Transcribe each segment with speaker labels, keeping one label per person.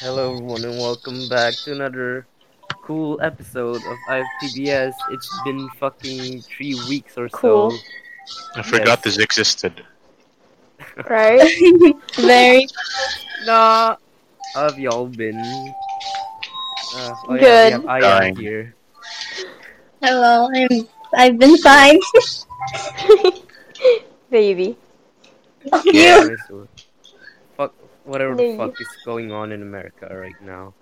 Speaker 1: Hello, everyone, and welcome back to another cool episode of IFPBS. It's been fucking three weeks or
Speaker 2: Cool.
Speaker 1: so.
Speaker 3: I forgot
Speaker 1: Yes.
Speaker 3: this existed.
Speaker 2: right? Very
Speaker 1: Nah, how have y'all been? Uh, oh yeah, we
Speaker 2: Good.
Speaker 1: have Aya
Speaker 3: Dying.
Speaker 1: here.
Speaker 4: Hello, I'm. I've been fine.
Speaker 2: baby.
Speaker 4: Fuck
Speaker 1: Yeah,
Speaker 4: you.
Speaker 1: we're so- Fuck, whatever the
Speaker 2: Yeah,
Speaker 1: fuck is going on in America right now.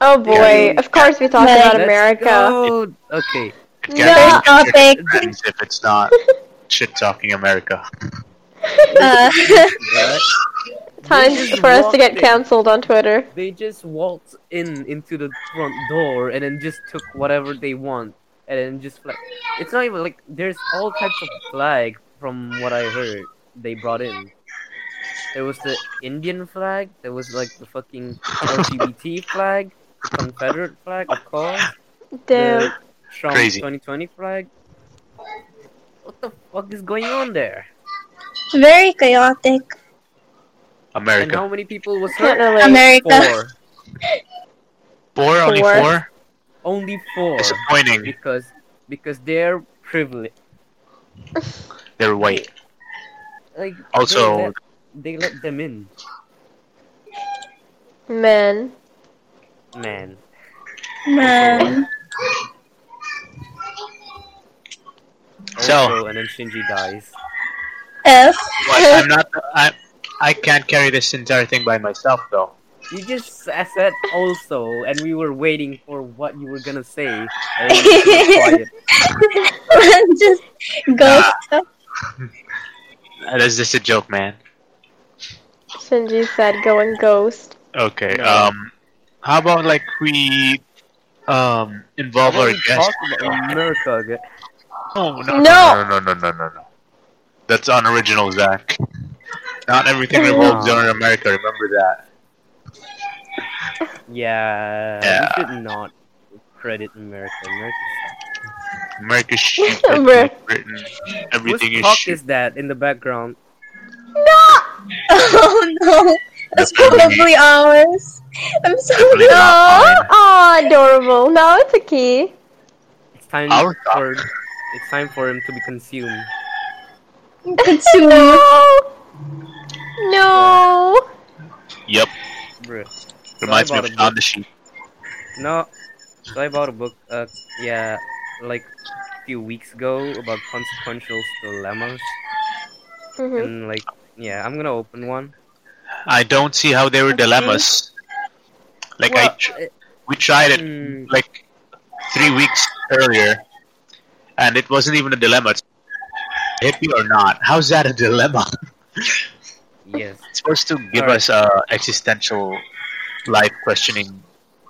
Speaker 2: Oh boy, of course we talk
Speaker 4: Like,
Speaker 2: about
Speaker 1: Let's
Speaker 2: America.
Speaker 1: go. Okay,
Speaker 3: It
Speaker 2: No.
Speaker 3: can't
Speaker 4: Topic.
Speaker 3: be things if it's not shit talking America.
Speaker 4: Uh,
Speaker 1: what?
Speaker 2: Times for us to get cancelled on Twitter.
Speaker 1: They just waltz in into the front door and then just took whatever they want and then just like it's not even like there's all types of flag from what I heard they brought in. There was the Indian flag, there was like the fucking LGBT flag, Confederate flag, of course, the
Speaker 2: Damn.
Speaker 1: Trump
Speaker 3: Crazy.
Speaker 1: 2020 flag. What the fuck is going on there?
Speaker 4: very chaotic.
Speaker 1: And how
Speaker 3: America.
Speaker 1: many people was
Speaker 2: Can't
Speaker 1: hurt?
Speaker 2: relate.
Speaker 4: America.
Speaker 1: Four.
Speaker 3: Four, only
Speaker 2: Four.
Speaker 3: four?
Speaker 1: Only four.
Speaker 3: Disappointing.
Speaker 1: because because they're privileged.
Speaker 3: They're white.
Speaker 1: Like
Speaker 3: Also-
Speaker 1: they let, they let them in,
Speaker 2: Man.
Speaker 1: man.
Speaker 4: Man.
Speaker 3: So-
Speaker 1: Also, and then Shinji dies.
Speaker 4: F.
Speaker 3: What? I'm not. I, I can't carry this entire thing by myself, though.
Speaker 1: You just sa- said also, and we were waiting for what you were gonna say. and then you were quiet.
Speaker 4: Just go.
Speaker 3: That is just a joke, man.
Speaker 2: Shinji said going ghost.
Speaker 3: Okay.
Speaker 1: No.
Speaker 3: Um, how about like we um involve
Speaker 1: What
Speaker 3: our
Speaker 1: we
Speaker 3: guests?
Speaker 1: talk about America. gu-
Speaker 3: No, no,
Speaker 2: No.
Speaker 3: no, no, no, no, no, no, no. That's unoriginal, Zach. Not everything revolves
Speaker 1: No.
Speaker 3: around America. Remember that.
Speaker 1: Yeah,
Speaker 3: Yeah.
Speaker 1: we should not credit America. America
Speaker 3: America's shit.
Speaker 2: Bruh.
Speaker 3: Britain.
Speaker 1: Whose
Speaker 3: Everything is
Speaker 1: cock
Speaker 3: shit.
Speaker 1: is that in the background? Ah.
Speaker 4: Oh no. That's probably ours. I'm sorry.
Speaker 3: Definitely not mine.
Speaker 2: Oh, adorable. No, it's a key.
Speaker 1: It's time
Speaker 3: Our cock.
Speaker 1: for it's time for him to be consumed.
Speaker 4: Consume.
Speaker 2: No.
Speaker 3: Yep.
Speaker 1: Bruh.
Speaker 3: Reminds me
Speaker 1: Sorry
Speaker 3: of
Speaker 1: about
Speaker 3: Shaun the Sheep.
Speaker 1: No, so I bought a book. Uh, yeah, like a few weeks ago about consequential dilemmas,
Speaker 2: Mhm.
Speaker 1: and like, yeah, I'm gonna open one.
Speaker 3: I don't see how they were dilemmas. Like I,
Speaker 1: Well,
Speaker 3: tr-
Speaker 1: it-
Speaker 3: we tried it
Speaker 1: mm,
Speaker 3: like three weeks earlier, and it wasn't even a dilemma. It's hippie or not? How's that a dilemma?
Speaker 1: yes.
Speaker 3: It's supposed to give
Speaker 1: Alright.
Speaker 3: us a existential life questioning.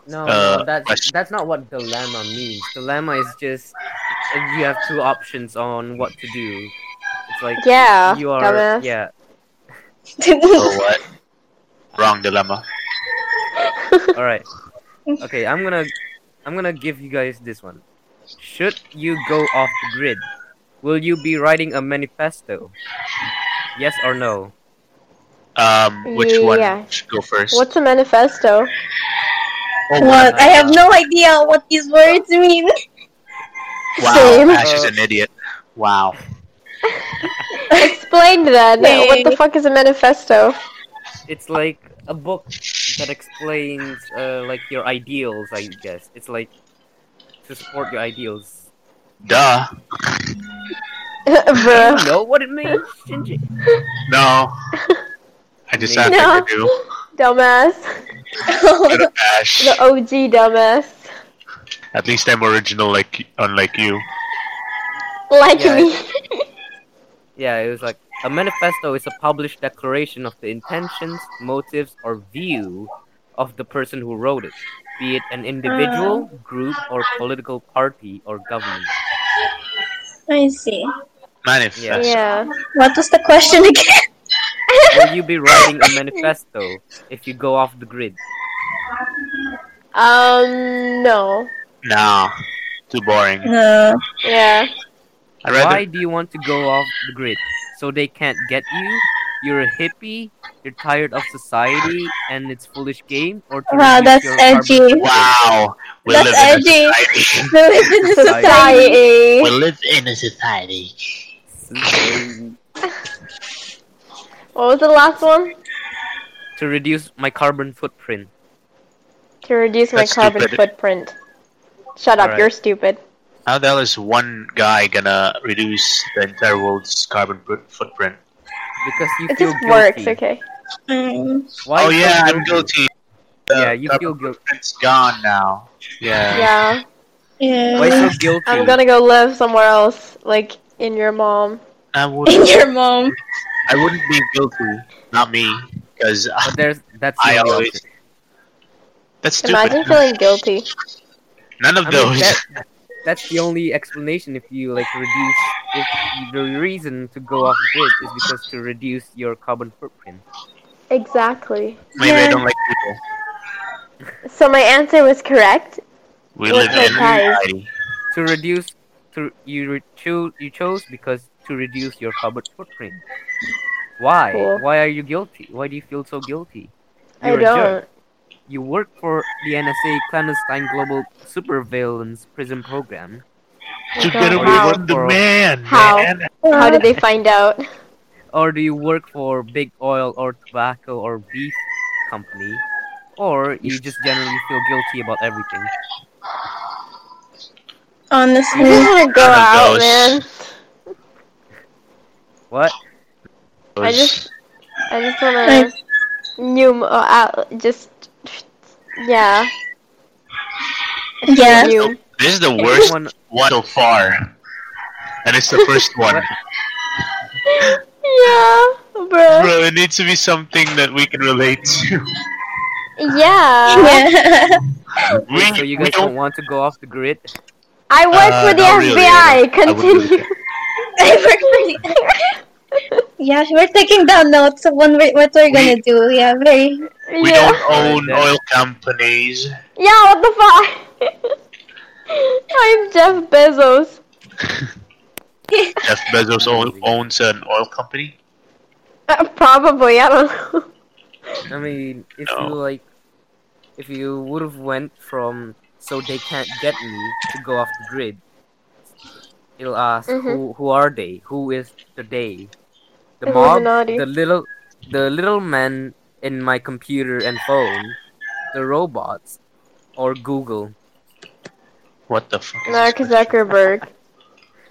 Speaker 1: No,
Speaker 3: Uh,
Speaker 1: no, that's
Speaker 3: question.
Speaker 1: that's not what dilemma means. Dilemma is just uh, you have two options on what to do. It's like
Speaker 2: Yeah.
Speaker 1: you are,
Speaker 2: dumbass.
Speaker 1: yeah.
Speaker 3: Or what? Wrong dilemma.
Speaker 1: All right. Okay, I'm gonna I'm gonna give you guys this one. Should you go off the grid? Will you be writing a manifesto? Yes or no?
Speaker 3: Um, which one
Speaker 2: Yeah.
Speaker 3: should go first?
Speaker 2: What's a manifesto?
Speaker 3: Oh,
Speaker 4: What? I have no idea what these words mean.
Speaker 3: Wow,
Speaker 2: Same.
Speaker 3: Ash is an idiot. Wow.
Speaker 2: Explain then. What the
Speaker 4: Hey.
Speaker 2: fuck is a manifesto?
Speaker 1: it's like a book that explains uh, like your ideals i guess it's like to support your ideals
Speaker 3: Duh.
Speaker 1: Do
Speaker 2: Bruh.
Speaker 1: you know what it means Shinji?
Speaker 3: No. I just have
Speaker 2: Maybe.
Speaker 3: to do.
Speaker 2: Dumbass.
Speaker 3: Shut up, Ash.
Speaker 2: The OG dumbass.
Speaker 3: At least I'm original, like unlike you.
Speaker 2: Like
Speaker 1: Yeah.
Speaker 2: me.
Speaker 1: yeah it was like a manifesto is a published declaration of the intentions motives or view of the person who wrote it be it an
Speaker 4: Uh.
Speaker 1: individual group or political party or government
Speaker 4: I see.
Speaker 3: Manifest.
Speaker 2: Yeah.
Speaker 4: What was the question again?
Speaker 1: will you be writing a manifesto if you go off the grid
Speaker 2: Um, no.
Speaker 3: Nah, too boring.
Speaker 1: Uh,
Speaker 4: No.
Speaker 2: Yeah.
Speaker 3: I rather
Speaker 1: Why do you want to go off the grid? So they can't get you? you're a hippie, you're tired of society and its foolish game, or to
Speaker 4: Wow,
Speaker 1: reduce
Speaker 4: that's
Speaker 1: your carbon
Speaker 4: edgy.
Speaker 1: footprint.
Speaker 3: Wow. We
Speaker 4: That's
Speaker 3: live in
Speaker 4: edgy.
Speaker 3: a society.
Speaker 4: No, it's in
Speaker 2: Society.
Speaker 4: the society.
Speaker 3: we live in a society.
Speaker 1: So,
Speaker 2: What was the last one?
Speaker 1: to reduce my carbon footprint.
Speaker 2: To reduce my
Speaker 3: That's
Speaker 2: carbon
Speaker 3: stupid.
Speaker 2: footprint. Shut up,
Speaker 1: Alright.
Speaker 2: you're stupid.
Speaker 3: How the hell is one guy gonna reduce the entire world's carbon foot- footprint?
Speaker 1: Because you
Speaker 2: It
Speaker 1: feel
Speaker 2: just
Speaker 1: guilty.
Speaker 2: works, okay.
Speaker 4: Mm.
Speaker 1: Why
Speaker 3: oh
Speaker 1: you
Speaker 3: yeah,
Speaker 1: feel
Speaker 3: I'm guilty. The
Speaker 1: Yeah, you
Speaker 3: carbon
Speaker 1: feel guilty.
Speaker 3: footprint's gone now. Yeah.
Speaker 2: Yeah.
Speaker 1: Why
Speaker 4: Yeah.
Speaker 1: so guilty?
Speaker 2: I'm gonna go live somewhere else, like in your mom.
Speaker 3: I would.
Speaker 4: In your mom.
Speaker 3: I wouldn't be guilty. Not me, because
Speaker 1: But there's that's
Speaker 3: I
Speaker 1: not the
Speaker 3: always.
Speaker 1: option.
Speaker 3: That's stupid.
Speaker 2: Imagine feeling guilty.
Speaker 3: None of
Speaker 1: I mean,
Speaker 3: those.
Speaker 1: that, that's the only explanation if you like reduce if the reason to go off grid is because to reduce your carbon footprint.
Speaker 2: Exactly.
Speaker 3: Maybe I
Speaker 4: Yeah.
Speaker 3: don't like people.
Speaker 2: So my answer was correct.
Speaker 3: We
Speaker 2: What's
Speaker 3: live in a
Speaker 2: my prize?
Speaker 3: society.
Speaker 1: To reduce to you re- choose you chose because to reduce your carbon footprint. Why?
Speaker 2: Cool.
Speaker 1: Why are you guilty? Why do you feel so guilty?
Speaker 2: I
Speaker 1: You're a jerk.
Speaker 2: don't.
Speaker 1: You work for the NSA clandestine global supervillains prison program.
Speaker 3: To
Speaker 2: Okay,
Speaker 3: get away
Speaker 2: how?
Speaker 3: from the man.
Speaker 2: How?
Speaker 3: man.
Speaker 2: How
Speaker 4: Uh,
Speaker 2: did they find out?
Speaker 1: or do you work for big oil or tobacco or beef company or you just generally feel guilty about everything
Speaker 2: I
Speaker 4: Honestly.
Speaker 2: just wanna go
Speaker 3: None of
Speaker 2: out,
Speaker 3: those.
Speaker 2: man.
Speaker 1: what
Speaker 2: I just- I just wanna
Speaker 4: Like-
Speaker 2: new uh, out. Just yeah.
Speaker 4: Yes.
Speaker 2: New.
Speaker 3: This is the worst
Speaker 1: everyone
Speaker 3: one so far, and it's the first one.
Speaker 2: Yeah, bro.
Speaker 3: Bro, it needs to be something that we can relate to.
Speaker 2: Yeah.
Speaker 4: Yeah.
Speaker 3: We,
Speaker 1: so you
Speaker 3: we
Speaker 1: guys don't
Speaker 3: don't.
Speaker 1: want to go off the grid
Speaker 2: I work
Speaker 3: Uh,
Speaker 2: for the
Speaker 3: not really,
Speaker 2: FBI.
Speaker 3: I wouldn't- I wouldn't do
Speaker 2: Continue.
Speaker 4: I work for the- yeah, we're taking down notes of when we, what we're gonna do. Yeah, very.
Speaker 3: We
Speaker 2: yeah.
Speaker 3: don't own
Speaker 1: Alright, then.
Speaker 3: oil companies.
Speaker 2: Yeah. What the fuck? I'm Jeff Bezos.
Speaker 3: Jeff Bezos own, owns an oil company.
Speaker 2: Uh, probably. I don't know.
Speaker 1: i mean if
Speaker 3: No.
Speaker 1: you like if you would have went from so they can't get me to go off the grid it'll ask
Speaker 2: Mhm.
Speaker 1: who who are they who is the they the mob
Speaker 2: Illuminati.
Speaker 1: the little the little man in my computer and phone the robots or google
Speaker 3: What the fuck? Is
Speaker 2: Mark
Speaker 3: this?
Speaker 2: Zuckerberg.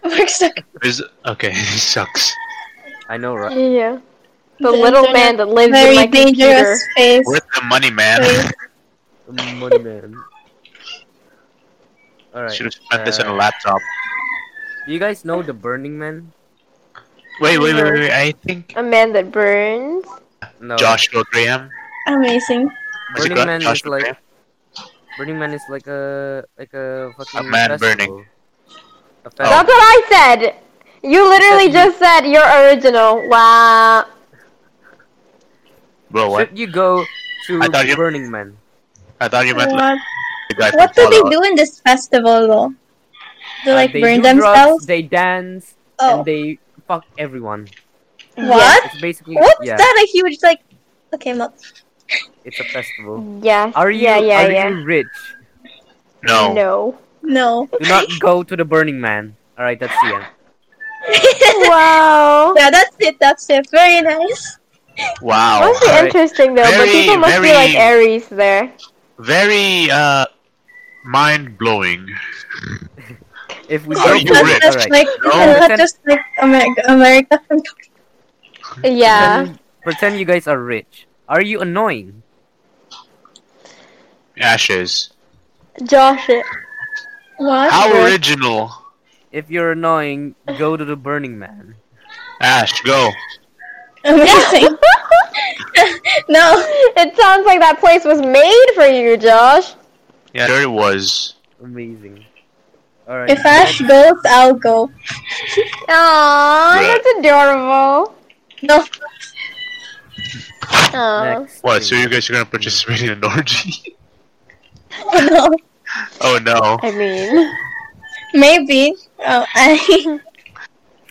Speaker 4: We're so
Speaker 3: Is- okay, this sucks.
Speaker 1: i know right
Speaker 2: yeah. The,
Speaker 4: The
Speaker 2: little
Speaker 4: internet
Speaker 2: man that lives in my
Speaker 4: very
Speaker 2: computer.
Speaker 4: dangerous space.
Speaker 3: Where's the money, man?
Speaker 1: money man all right
Speaker 3: Should have spent this on a
Speaker 1: uh,
Speaker 3: laptop.
Speaker 1: do uh, you guys know the burning man
Speaker 3: Wait, wait, wait, wait, wait. I think
Speaker 2: A man that burns.
Speaker 3: Oh.
Speaker 1: no
Speaker 3: Joshua Graham.
Speaker 4: Amazing.
Speaker 3: Is it
Speaker 1: burning
Speaker 3: Gra-
Speaker 1: man is
Speaker 3: Joshua
Speaker 1: like
Speaker 3: Graham?
Speaker 1: burning man is like a like a fucking
Speaker 3: man
Speaker 1: festival.
Speaker 3: burning. Oh,
Speaker 1: A
Speaker 2: That's
Speaker 1: festival.
Speaker 2: what I said. You
Speaker 1: said you-
Speaker 2: literally just said you're original. Wow.
Speaker 3: Bro, what?
Speaker 1: should you go to
Speaker 3: I thought you-
Speaker 1: burning man
Speaker 3: I thought you meant like,
Speaker 4: What,
Speaker 3: the guy from
Speaker 4: what do they
Speaker 3: Fallout.
Speaker 4: do in this festival though? Do
Speaker 1: Uh,
Speaker 4: like
Speaker 1: they
Speaker 4: burn
Speaker 1: do drugs,
Speaker 4: themselves?
Speaker 1: they dance
Speaker 4: Oh,
Speaker 1: and they fuck everyone
Speaker 4: what?
Speaker 1: it's basically
Speaker 4: What's
Speaker 1: yeah
Speaker 4: that? A huge like? Okay, I'm not.
Speaker 1: it's a festival
Speaker 2: Yes.
Speaker 1: are you
Speaker 2: yeah, yeah,
Speaker 1: are
Speaker 2: yeah.
Speaker 1: you rich
Speaker 3: No.
Speaker 2: No.
Speaker 4: No.
Speaker 1: do not go to the burning man all right that's the end
Speaker 2: wow.
Speaker 4: yeah, that's it. That's it. Very nice.
Speaker 3: Wow.
Speaker 2: Must be
Speaker 1: alright.
Speaker 2: interesting though, but
Speaker 3: Very,
Speaker 2: people must be
Speaker 3: very-
Speaker 2: like Aries there.
Speaker 3: Very uh, mind blowing.
Speaker 1: if we go
Speaker 3: Are
Speaker 1: to-
Speaker 3: you
Speaker 4: Not
Speaker 3: rich?
Speaker 4: just
Speaker 1: alright.
Speaker 4: like
Speaker 1: No.
Speaker 4: not just like America. America.
Speaker 2: Yeah.
Speaker 1: Pretend, pretend you guys are rich. Are you annoying?
Speaker 3: Ashes.
Speaker 2: Josh.
Speaker 4: What?
Speaker 3: How
Speaker 2: Sure.
Speaker 3: original.
Speaker 1: If you're annoying, go to the Burning Man.
Speaker 3: Ash, go.
Speaker 4: Amazing. no.
Speaker 2: It sounds like that place was made for you, Josh.
Speaker 3: Yeah, there it was.
Speaker 1: Amazing. All right.
Speaker 4: If Ash goes, I'll go.
Speaker 2: Aww,
Speaker 3: Yeah.
Speaker 2: that's adorable.
Speaker 4: No.
Speaker 2: Aww.
Speaker 1: next
Speaker 3: What? So
Speaker 1: thing.
Speaker 3: you guys are gonna participate in an orgy?
Speaker 4: No.
Speaker 3: oh no.
Speaker 2: I mean,
Speaker 4: Maybe. Oh, I.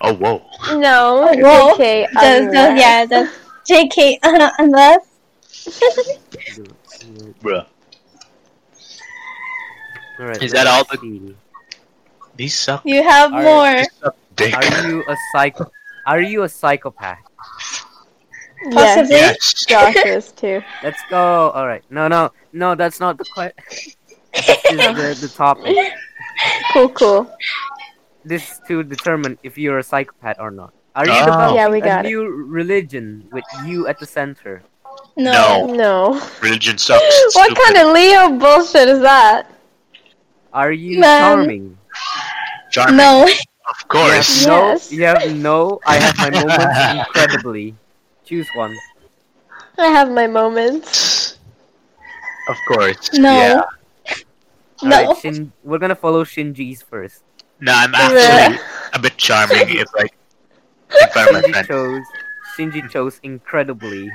Speaker 3: Oh whoa.
Speaker 2: no.
Speaker 4: Well,
Speaker 2: okay.
Speaker 4: Just,
Speaker 2: I'm
Speaker 4: just, yeah, just JK, uh, unless.
Speaker 3: Bruh.
Speaker 1: All right.
Speaker 3: Is that all the-
Speaker 1: the?
Speaker 3: These suck.
Speaker 4: You have
Speaker 1: Alright.
Speaker 4: more.
Speaker 3: These suck dick.
Speaker 1: Are you a psycho? Are you a psychopath?
Speaker 2: Yes,
Speaker 4: Possibly.
Speaker 3: Yes.
Speaker 2: Josh is too.
Speaker 1: Let's go. All right. No, no, no. That's not the question. this is the, the topic.
Speaker 2: Cool, cool.
Speaker 1: This is to determine if you're a psychopath or not. Are you developing
Speaker 3: Oh.
Speaker 2: Yeah, we
Speaker 1: a
Speaker 2: got it.
Speaker 1: new religion with you at the center? Oh.
Speaker 4: No.
Speaker 3: No.
Speaker 2: No.
Speaker 3: Religion sucks. It's
Speaker 2: What
Speaker 3: stupid.
Speaker 2: kind of Leo bullshit is that?
Speaker 1: Are you
Speaker 4: Man.
Speaker 1: charming?
Speaker 3: Charming,
Speaker 4: No.
Speaker 3: Of course.
Speaker 2: Yeah. Yes.
Speaker 1: No. You have no. I have my moments incredibly. Choose one.
Speaker 2: I have my moments.
Speaker 3: Of course.
Speaker 4: No.
Speaker 3: Yeah.
Speaker 1: All
Speaker 4: No.
Speaker 1: right, Shin- we're gonna follow Shinji's first.
Speaker 3: No, I'm
Speaker 2: Yeah.
Speaker 3: actually a bit charming if I if I'm a
Speaker 1: Shinji
Speaker 3: friend.
Speaker 1: chose. Shinji chose incredibly.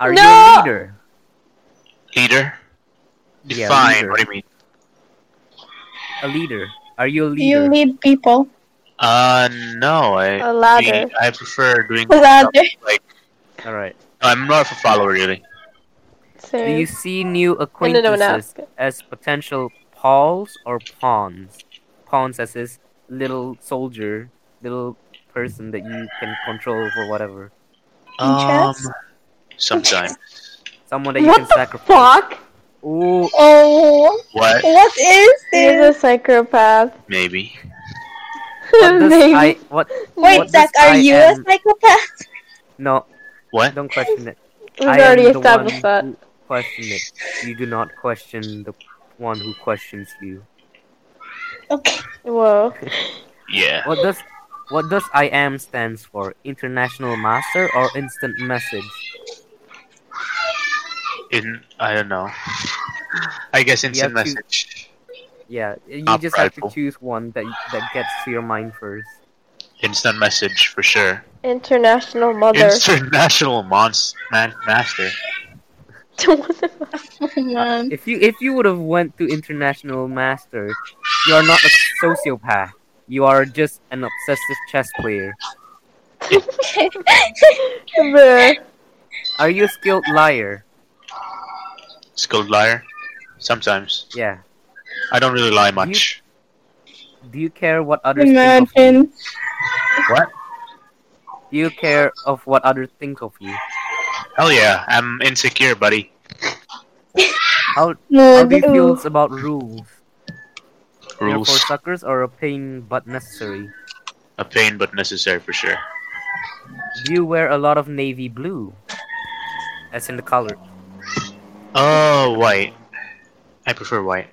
Speaker 1: Are you
Speaker 2: No.
Speaker 1: a leader?
Speaker 3: Leader?
Speaker 1: Yeah,
Speaker 3: Define.
Speaker 1: leader.
Speaker 3: What do you mean?
Speaker 1: A leader. Are you a
Speaker 4: You
Speaker 1: leader?
Speaker 4: lead people.
Speaker 3: Uh, no.
Speaker 2: A
Speaker 1: Uh,
Speaker 3: I
Speaker 2: ladder.
Speaker 3: I prefer doing.
Speaker 4: Rather.
Speaker 1: All right.
Speaker 3: I'm more of a follower, really.
Speaker 2: So,
Speaker 1: Do you see new
Speaker 2: no, no, no.
Speaker 1: acquaintances as potential pawns or pawns? Pawns as this little soldier, little person that you can control for whatever.
Speaker 3: Um,
Speaker 4: Interest?
Speaker 3: sometimes.
Speaker 1: Someone that you
Speaker 2: What
Speaker 1: can
Speaker 2: the
Speaker 1: sacrifice.
Speaker 2: fuck?
Speaker 1: Ooh,
Speaker 4: Oh,
Speaker 3: What?
Speaker 4: what is
Speaker 2: He's a
Speaker 4: this?
Speaker 2: psychopath.
Speaker 3: Maybe.
Speaker 1: what does
Speaker 2: Maybe.
Speaker 1: I what?
Speaker 4: Wait,
Speaker 1: what does
Speaker 4: Zach, are
Speaker 1: I
Speaker 4: you a
Speaker 1: am-
Speaker 4: psychopath?
Speaker 1: No,
Speaker 3: What?
Speaker 1: don't question it.
Speaker 2: We've
Speaker 1: I am
Speaker 2: already
Speaker 1: the
Speaker 2: established
Speaker 1: one who
Speaker 2: that.
Speaker 1: Question it. You do not question the one who questions you.
Speaker 4: Okay.
Speaker 2: Whoa.
Speaker 3: Yeah.
Speaker 1: What does what does I am stands for? International master or instant message?
Speaker 3: In I don't know. I guess instant
Speaker 1: have to-
Speaker 3: message.
Speaker 1: Yeah, you
Speaker 3: Top
Speaker 1: just have
Speaker 3: rifle.
Speaker 1: to choose one that that gets to your mind first.
Speaker 3: Instant message for sure.
Speaker 2: International mother.
Speaker 3: International monst man- master.
Speaker 4: Come on.
Speaker 1: If you if you would have went to international master, you are not a sociopath. You are just an obsessive chess player.
Speaker 2: Bruh.
Speaker 1: Are you a skilled liar?
Speaker 3: Skilled liar. Sometimes
Speaker 1: Yeah.
Speaker 3: I don't really lie much.
Speaker 1: Do you care what others think of you?
Speaker 4: Imagine.
Speaker 3: What?
Speaker 1: Do you care of what others think of you?
Speaker 3: Hell yeah, I'm insecure, buddy.
Speaker 1: How how
Speaker 4: Mood.
Speaker 1: do you feel
Speaker 4: Ooh.
Speaker 1: about rules? They're for
Speaker 3: Rules
Speaker 1: suckers or a pain but necessary.
Speaker 3: a pain, but necessary for sure.
Speaker 1: Do you wear a lot of navy blue? As in the color.
Speaker 3: Oh, white. I prefer white.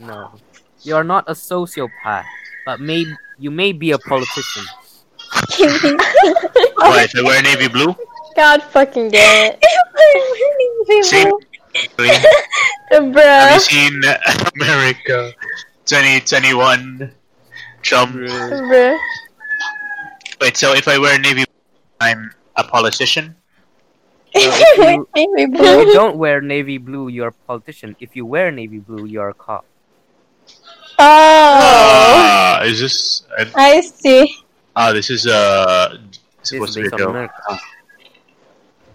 Speaker 1: No. You are not a sociopath, but may you may be a politician.
Speaker 3: Why? If I wear navy blue,
Speaker 2: God fucking damn it.
Speaker 3: See? Really? have you
Speaker 2: Uh, Bruh.
Speaker 3: seen America 2021? Trump.
Speaker 2: Bruh.
Speaker 3: Wait, so if I wear navy, I'm a politician.
Speaker 1: if you-
Speaker 4: Maybe
Speaker 1: If
Speaker 4: blue.
Speaker 1: you don't wear navy blue, you're a politician. If you wear navy blue, you're a cop.
Speaker 4: Oh,
Speaker 3: Ah, is this? I-
Speaker 4: I see.
Speaker 3: Ah, this is uh
Speaker 1: This
Speaker 3: supposed
Speaker 1: is
Speaker 3: to be
Speaker 1: based
Speaker 3: a Ah.
Speaker 1: on
Speaker 3: joke.
Speaker 1: America.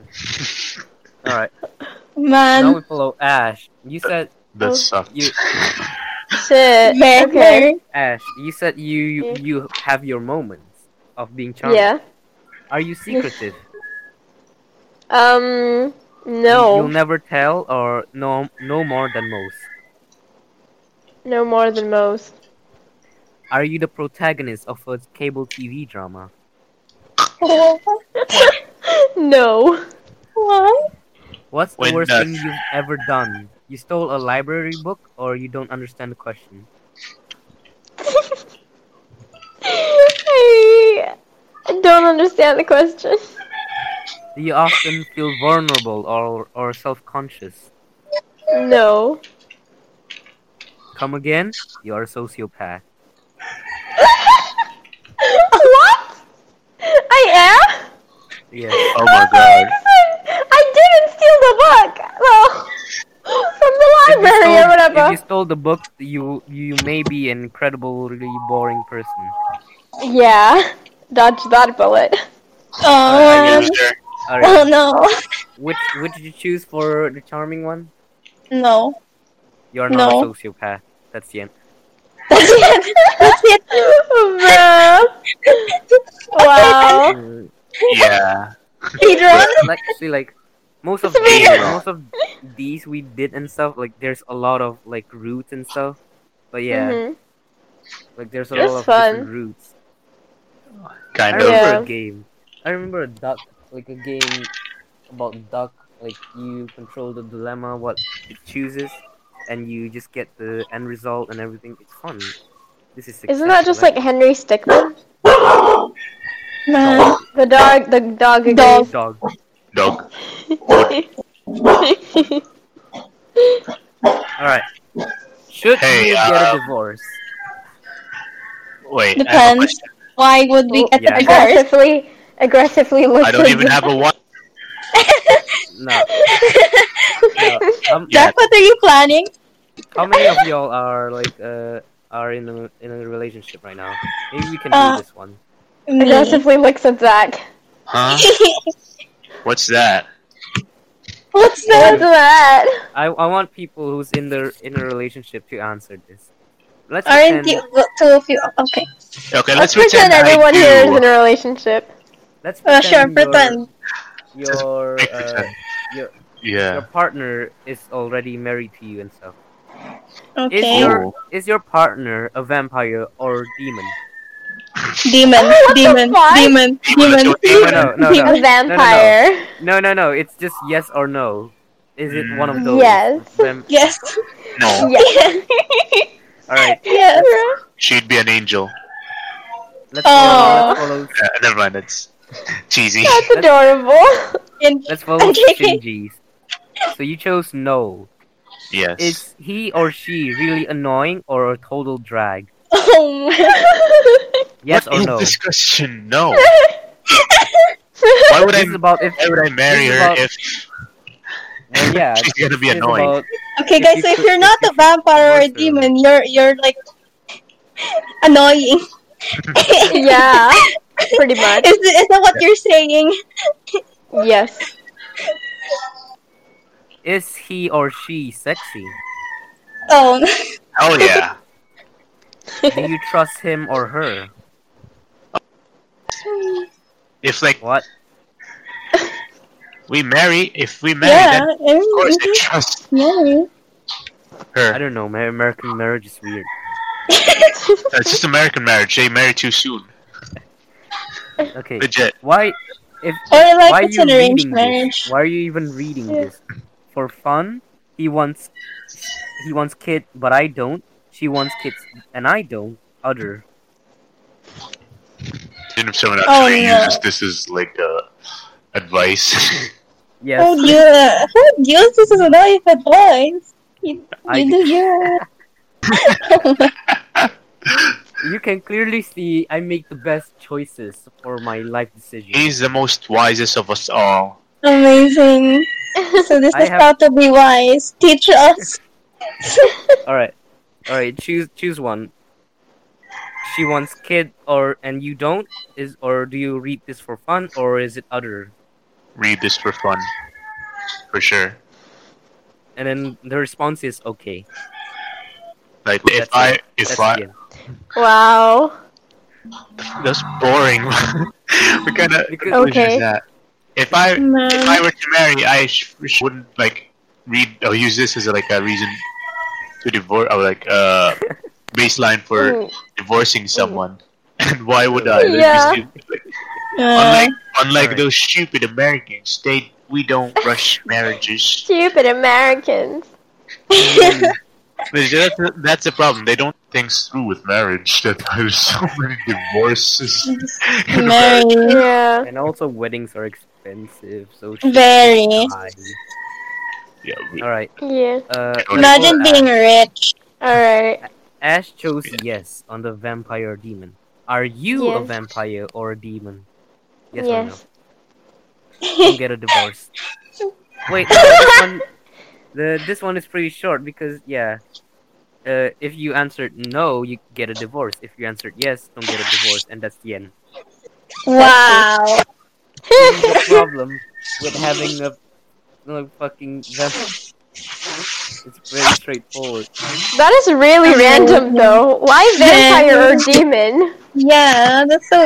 Speaker 1: Alright, now we
Speaker 4: Man,
Speaker 1: follow Ash. You said
Speaker 3: That
Speaker 2: Oh.
Speaker 3: sucked.
Speaker 1: you
Speaker 2: Shit.
Speaker 4: better.
Speaker 2: Okay.
Speaker 1: Ash, you said you you, you have your moments of being charming.
Speaker 2: Yeah.
Speaker 1: Are you secretive?
Speaker 2: Um.
Speaker 1: You'll
Speaker 2: No.
Speaker 1: never tell or no no more than most.
Speaker 2: No more than most.
Speaker 1: Are you the protagonist of a cable TV drama?
Speaker 2: No.
Speaker 4: What?
Speaker 1: What's the
Speaker 3: When
Speaker 1: worst
Speaker 3: does-
Speaker 1: thing you've ever done? You stole a library book or you don't understand the question?
Speaker 2: I don't understand the question.
Speaker 1: Do you often feel vulnerable or, or self conscious?
Speaker 2: No.
Speaker 1: Come again? You are a sociopath.
Speaker 2: What? I am.
Speaker 1: Yes.
Speaker 3: Oh my god.
Speaker 2: I didn't steal the book. Well, from the
Speaker 1: If you
Speaker 2: library or
Speaker 1: stole- If
Speaker 2: whatever.
Speaker 1: you stole the book, you you may be an incredibly boring person.
Speaker 2: Yeah. Dodge that bullet.
Speaker 3: I
Speaker 4: Um,
Speaker 3: guess there.
Speaker 1: All
Speaker 4: oh
Speaker 1: right.
Speaker 4: no.
Speaker 1: Which which did you choose for the charming one?
Speaker 4: No.
Speaker 1: You're not a
Speaker 4: No.
Speaker 1: sociopath. That's the end.
Speaker 4: That's it. That's it.
Speaker 2: wow.
Speaker 1: Mm,
Speaker 3: Yeah.
Speaker 4: Speedrun?
Speaker 1: like, actually, like most of
Speaker 4: It's
Speaker 1: these,
Speaker 3: weird.
Speaker 1: most of these we did and stuff. Like there's a lot of like roots and stuff. But yeah,
Speaker 2: Mhm.
Speaker 1: like there's a
Speaker 2: It's
Speaker 1: lot of
Speaker 2: fun.
Speaker 1: different roots. I
Speaker 3: Kind of.
Speaker 1: remember a
Speaker 2: Yeah.
Speaker 1: game. I remember a duck, like a game about duck. Like you control the dilemma, what it chooses, and you just get the end result and everything. It's fun. This is
Speaker 2: Isn't that just like Henry Stickmin?
Speaker 4: Man.
Speaker 2: The dog, the dog agrees.
Speaker 4: Dog.
Speaker 1: dog?
Speaker 3: Dog.
Speaker 1: All right. Should
Speaker 3: Hey,
Speaker 1: you get
Speaker 3: uh,
Speaker 1: a divorce?
Speaker 3: Wait. I, have a
Speaker 4: Depends.
Speaker 3: question.
Speaker 4: Why would we get
Speaker 1: Yeah.
Speaker 4: the divorce?
Speaker 2: aggressively, aggressively looking.
Speaker 3: I don't even have a watch.
Speaker 1: No. no. Um,
Speaker 3: Yeah.
Speaker 4: Jack, what are you planning?
Speaker 1: How many of y'all are like uh are in a in a relationship right now? Maybe we can
Speaker 4: Uh,
Speaker 1: do this one.
Speaker 4: Mm.
Speaker 2: aggressively looks at Zach.
Speaker 3: Huh? What's that?
Speaker 2: What's
Speaker 4: What's that?
Speaker 2: that?
Speaker 1: I I want people who's in their in a relationship to answer this. Let's
Speaker 4: Aren't
Speaker 1: pretend,
Speaker 4: you well, two of you? Okay.
Speaker 3: Okay,
Speaker 2: Let's
Speaker 3: let's,
Speaker 2: pretend
Speaker 3: I
Speaker 2: everyone
Speaker 3: do.
Speaker 2: here is in a relationship.
Speaker 1: let's
Speaker 4: Uh,
Speaker 1: pretend
Speaker 4: sure,
Speaker 1: your-
Speaker 4: pretend.
Speaker 1: your
Speaker 3: Make
Speaker 1: uh,
Speaker 3: pretend.
Speaker 1: your- your
Speaker 3: Yeah.
Speaker 1: partner is already married to you and stuff.
Speaker 4: Okay.
Speaker 1: your-
Speaker 3: Ooh.
Speaker 1: Is your partner a vampire or demon?
Speaker 4: Demon,
Speaker 2: What the
Speaker 4: demon,
Speaker 2: fuck?
Speaker 4: demon,
Speaker 3: Demon,
Speaker 4: demon,
Speaker 3: let's go demon.
Speaker 1: No, no, no,
Speaker 4: demon.
Speaker 2: A vampire.
Speaker 1: No, no, no. It's just yes or no. Is it one of
Speaker 2: Mm.
Speaker 1: those?
Speaker 2: Yes.
Speaker 1: Vam-
Speaker 4: Yes.
Speaker 3: No,
Speaker 4: Yes.
Speaker 1: All right.
Speaker 4: yes.
Speaker 3: she'd be an angel.
Speaker 1: Let's follow.
Speaker 2: Oh.
Speaker 1: Let's follow,
Speaker 3: Uh, never mind, it's cheesy.
Speaker 2: That's adorable.
Speaker 4: In-
Speaker 1: let's follow
Speaker 4: Okay.
Speaker 1: Shinji's. So you chose no.
Speaker 3: Yes.
Speaker 1: Is he or she really annoying or a total drag?
Speaker 4: Oh, man.
Speaker 1: Yes
Speaker 3: What
Speaker 1: or
Speaker 3: is
Speaker 1: no?
Speaker 3: This question, no. Why would I?
Speaker 1: This is about if.
Speaker 3: Why would I marry
Speaker 1: this is
Speaker 3: her
Speaker 1: about-
Speaker 3: if
Speaker 1: well, yeah.
Speaker 3: she's gonna be
Speaker 1: this is
Speaker 3: annoying?
Speaker 1: about-
Speaker 4: okay,
Speaker 1: If
Speaker 4: guys.
Speaker 1: you
Speaker 4: So if
Speaker 1: could-
Speaker 4: you're
Speaker 1: if
Speaker 4: not
Speaker 1: you
Speaker 4: a vampire or a
Speaker 1: could divorce her.
Speaker 4: demon, you're you're like annoying.
Speaker 2: yeah, pretty much.
Speaker 4: Is is that what you're saying?
Speaker 2: Yes.
Speaker 1: is he or she sexy?
Speaker 4: Oh,
Speaker 3: Hell yeah.
Speaker 1: Do you trust him or her?
Speaker 3: If like
Speaker 1: What?
Speaker 3: we marry, if we marry,
Speaker 4: yeah.
Speaker 3: then
Speaker 4: I
Speaker 3: of course I
Speaker 4: mean,
Speaker 3: trust
Speaker 4: Yeah.
Speaker 1: I
Speaker 3: her.
Speaker 1: don't know. ma- American marriage is weird.
Speaker 3: It's just American marriage. They marry too soon.
Speaker 1: Okay.
Speaker 3: Legit.
Speaker 1: Why? If
Speaker 4: Or
Speaker 1: why
Speaker 4: like
Speaker 1: are
Speaker 4: it's
Speaker 1: you
Speaker 4: an
Speaker 1: reading
Speaker 4: arranged
Speaker 1: this?
Speaker 4: marriage.
Speaker 1: Why are you even reading
Speaker 2: Yeah.
Speaker 1: this? For fun? He wants he wants kid, but I don't. She wants kids, and I don't. Other.
Speaker 3: And if someone
Speaker 4: Oh,
Speaker 3: actually
Speaker 4: no.
Speaker 3: uses this as like uh, advice,
Speaker 1: Yes.
Speaker 4: Oh yeah. Oh, Dios, this is a life advice. You,
Speaker 1: I-
Speaker 4: you do you.
Speaker 1: You can clearly see I make the best choices for my life decisions.
Speaker 3: he's the most wisest of us all.
Speaker 4: Amazing. So this
Speaker 1: I
Speaker 4: is
Speaker 1: have-
Speaker 4: how to be wise. Teach us.
Speaker 1: All right, all right. Choose choose one. She wants kid, or and you don't is or do you read this for fun or is it other?
Speaker 3: Read this for fun, for sure.
Speaker 1: And then the response is okay.
Speaker 3: Like if
Speaker 1: That's
Speaker 3: I
Speaker 1: it.
Speaker 3: if
Speaker 1: That's
Speaker 3: I
Speaker 1: the end.
Speaker 2: wow.
Speaker 3: that's boring. we kind of
Speaker 1: Because-
Speaker 2: Okay.
Speaker 3: that. If I if I
Speaker 4: Man.
Speaker 3: were to marry, I sh- sh- wouldn't like read or use this as like a reason to divorce or like uh baseline for
Speaker 2: Mm,
Speaker 3: divorcing someone. And why would I? That'd be
Speaker 2: Yeah. Uh-huh.
Speaker 3: stupid. Like,
Speaker 4: Uh,
Speaker 3: unlike unlike
Speaker 1: Alright.
Speaker 3: those stupid Americans, they we don't rush marriages.
Speaker 2: Stupid Americans.
Speaker 3: But That's the, that's the problem. They don't think through with marriage. That there's so many divorces.
Speaker 4: Mary.
Speaker 2: Yeah.
Speaker 1: And also weddings are expensive, so
Speaker 4: Very.
Speaker 3: Yeah, we-
Speaker 1: All right.
Speaker 2: Yeah.
Speaker 1: Uh,
Speaker 3: Imagine
Speaker 4: Imagine being rich.
Speaker 2: All right.
Speaker 1: Ash chose
Speaker 3: Yeah.
Speaker 1: yes on the vampire demon. Are you a
Speaker 2: Yes.
Speaker 1: vampire or a demon? Yes,
Speaker 2: Yes.
Speaker 1: or no? You get a divorce. Wait, this one, the this one is pretty short because yeah, uh, if you answered no, you get a divorce. If you answered yes, don't get a divorce, and that's the end.
Speaker 4: Wow.
Speaker 1: This is the problem with having a like, fucking vest. It's very straightforward.
Speaker 2: That is really
Speaker 4: Okay.
Speaker 2: random, though. Why vampire or
Speaker 4: Then-
Speaker 2: demon?
Speaker 4: Yeah, that's so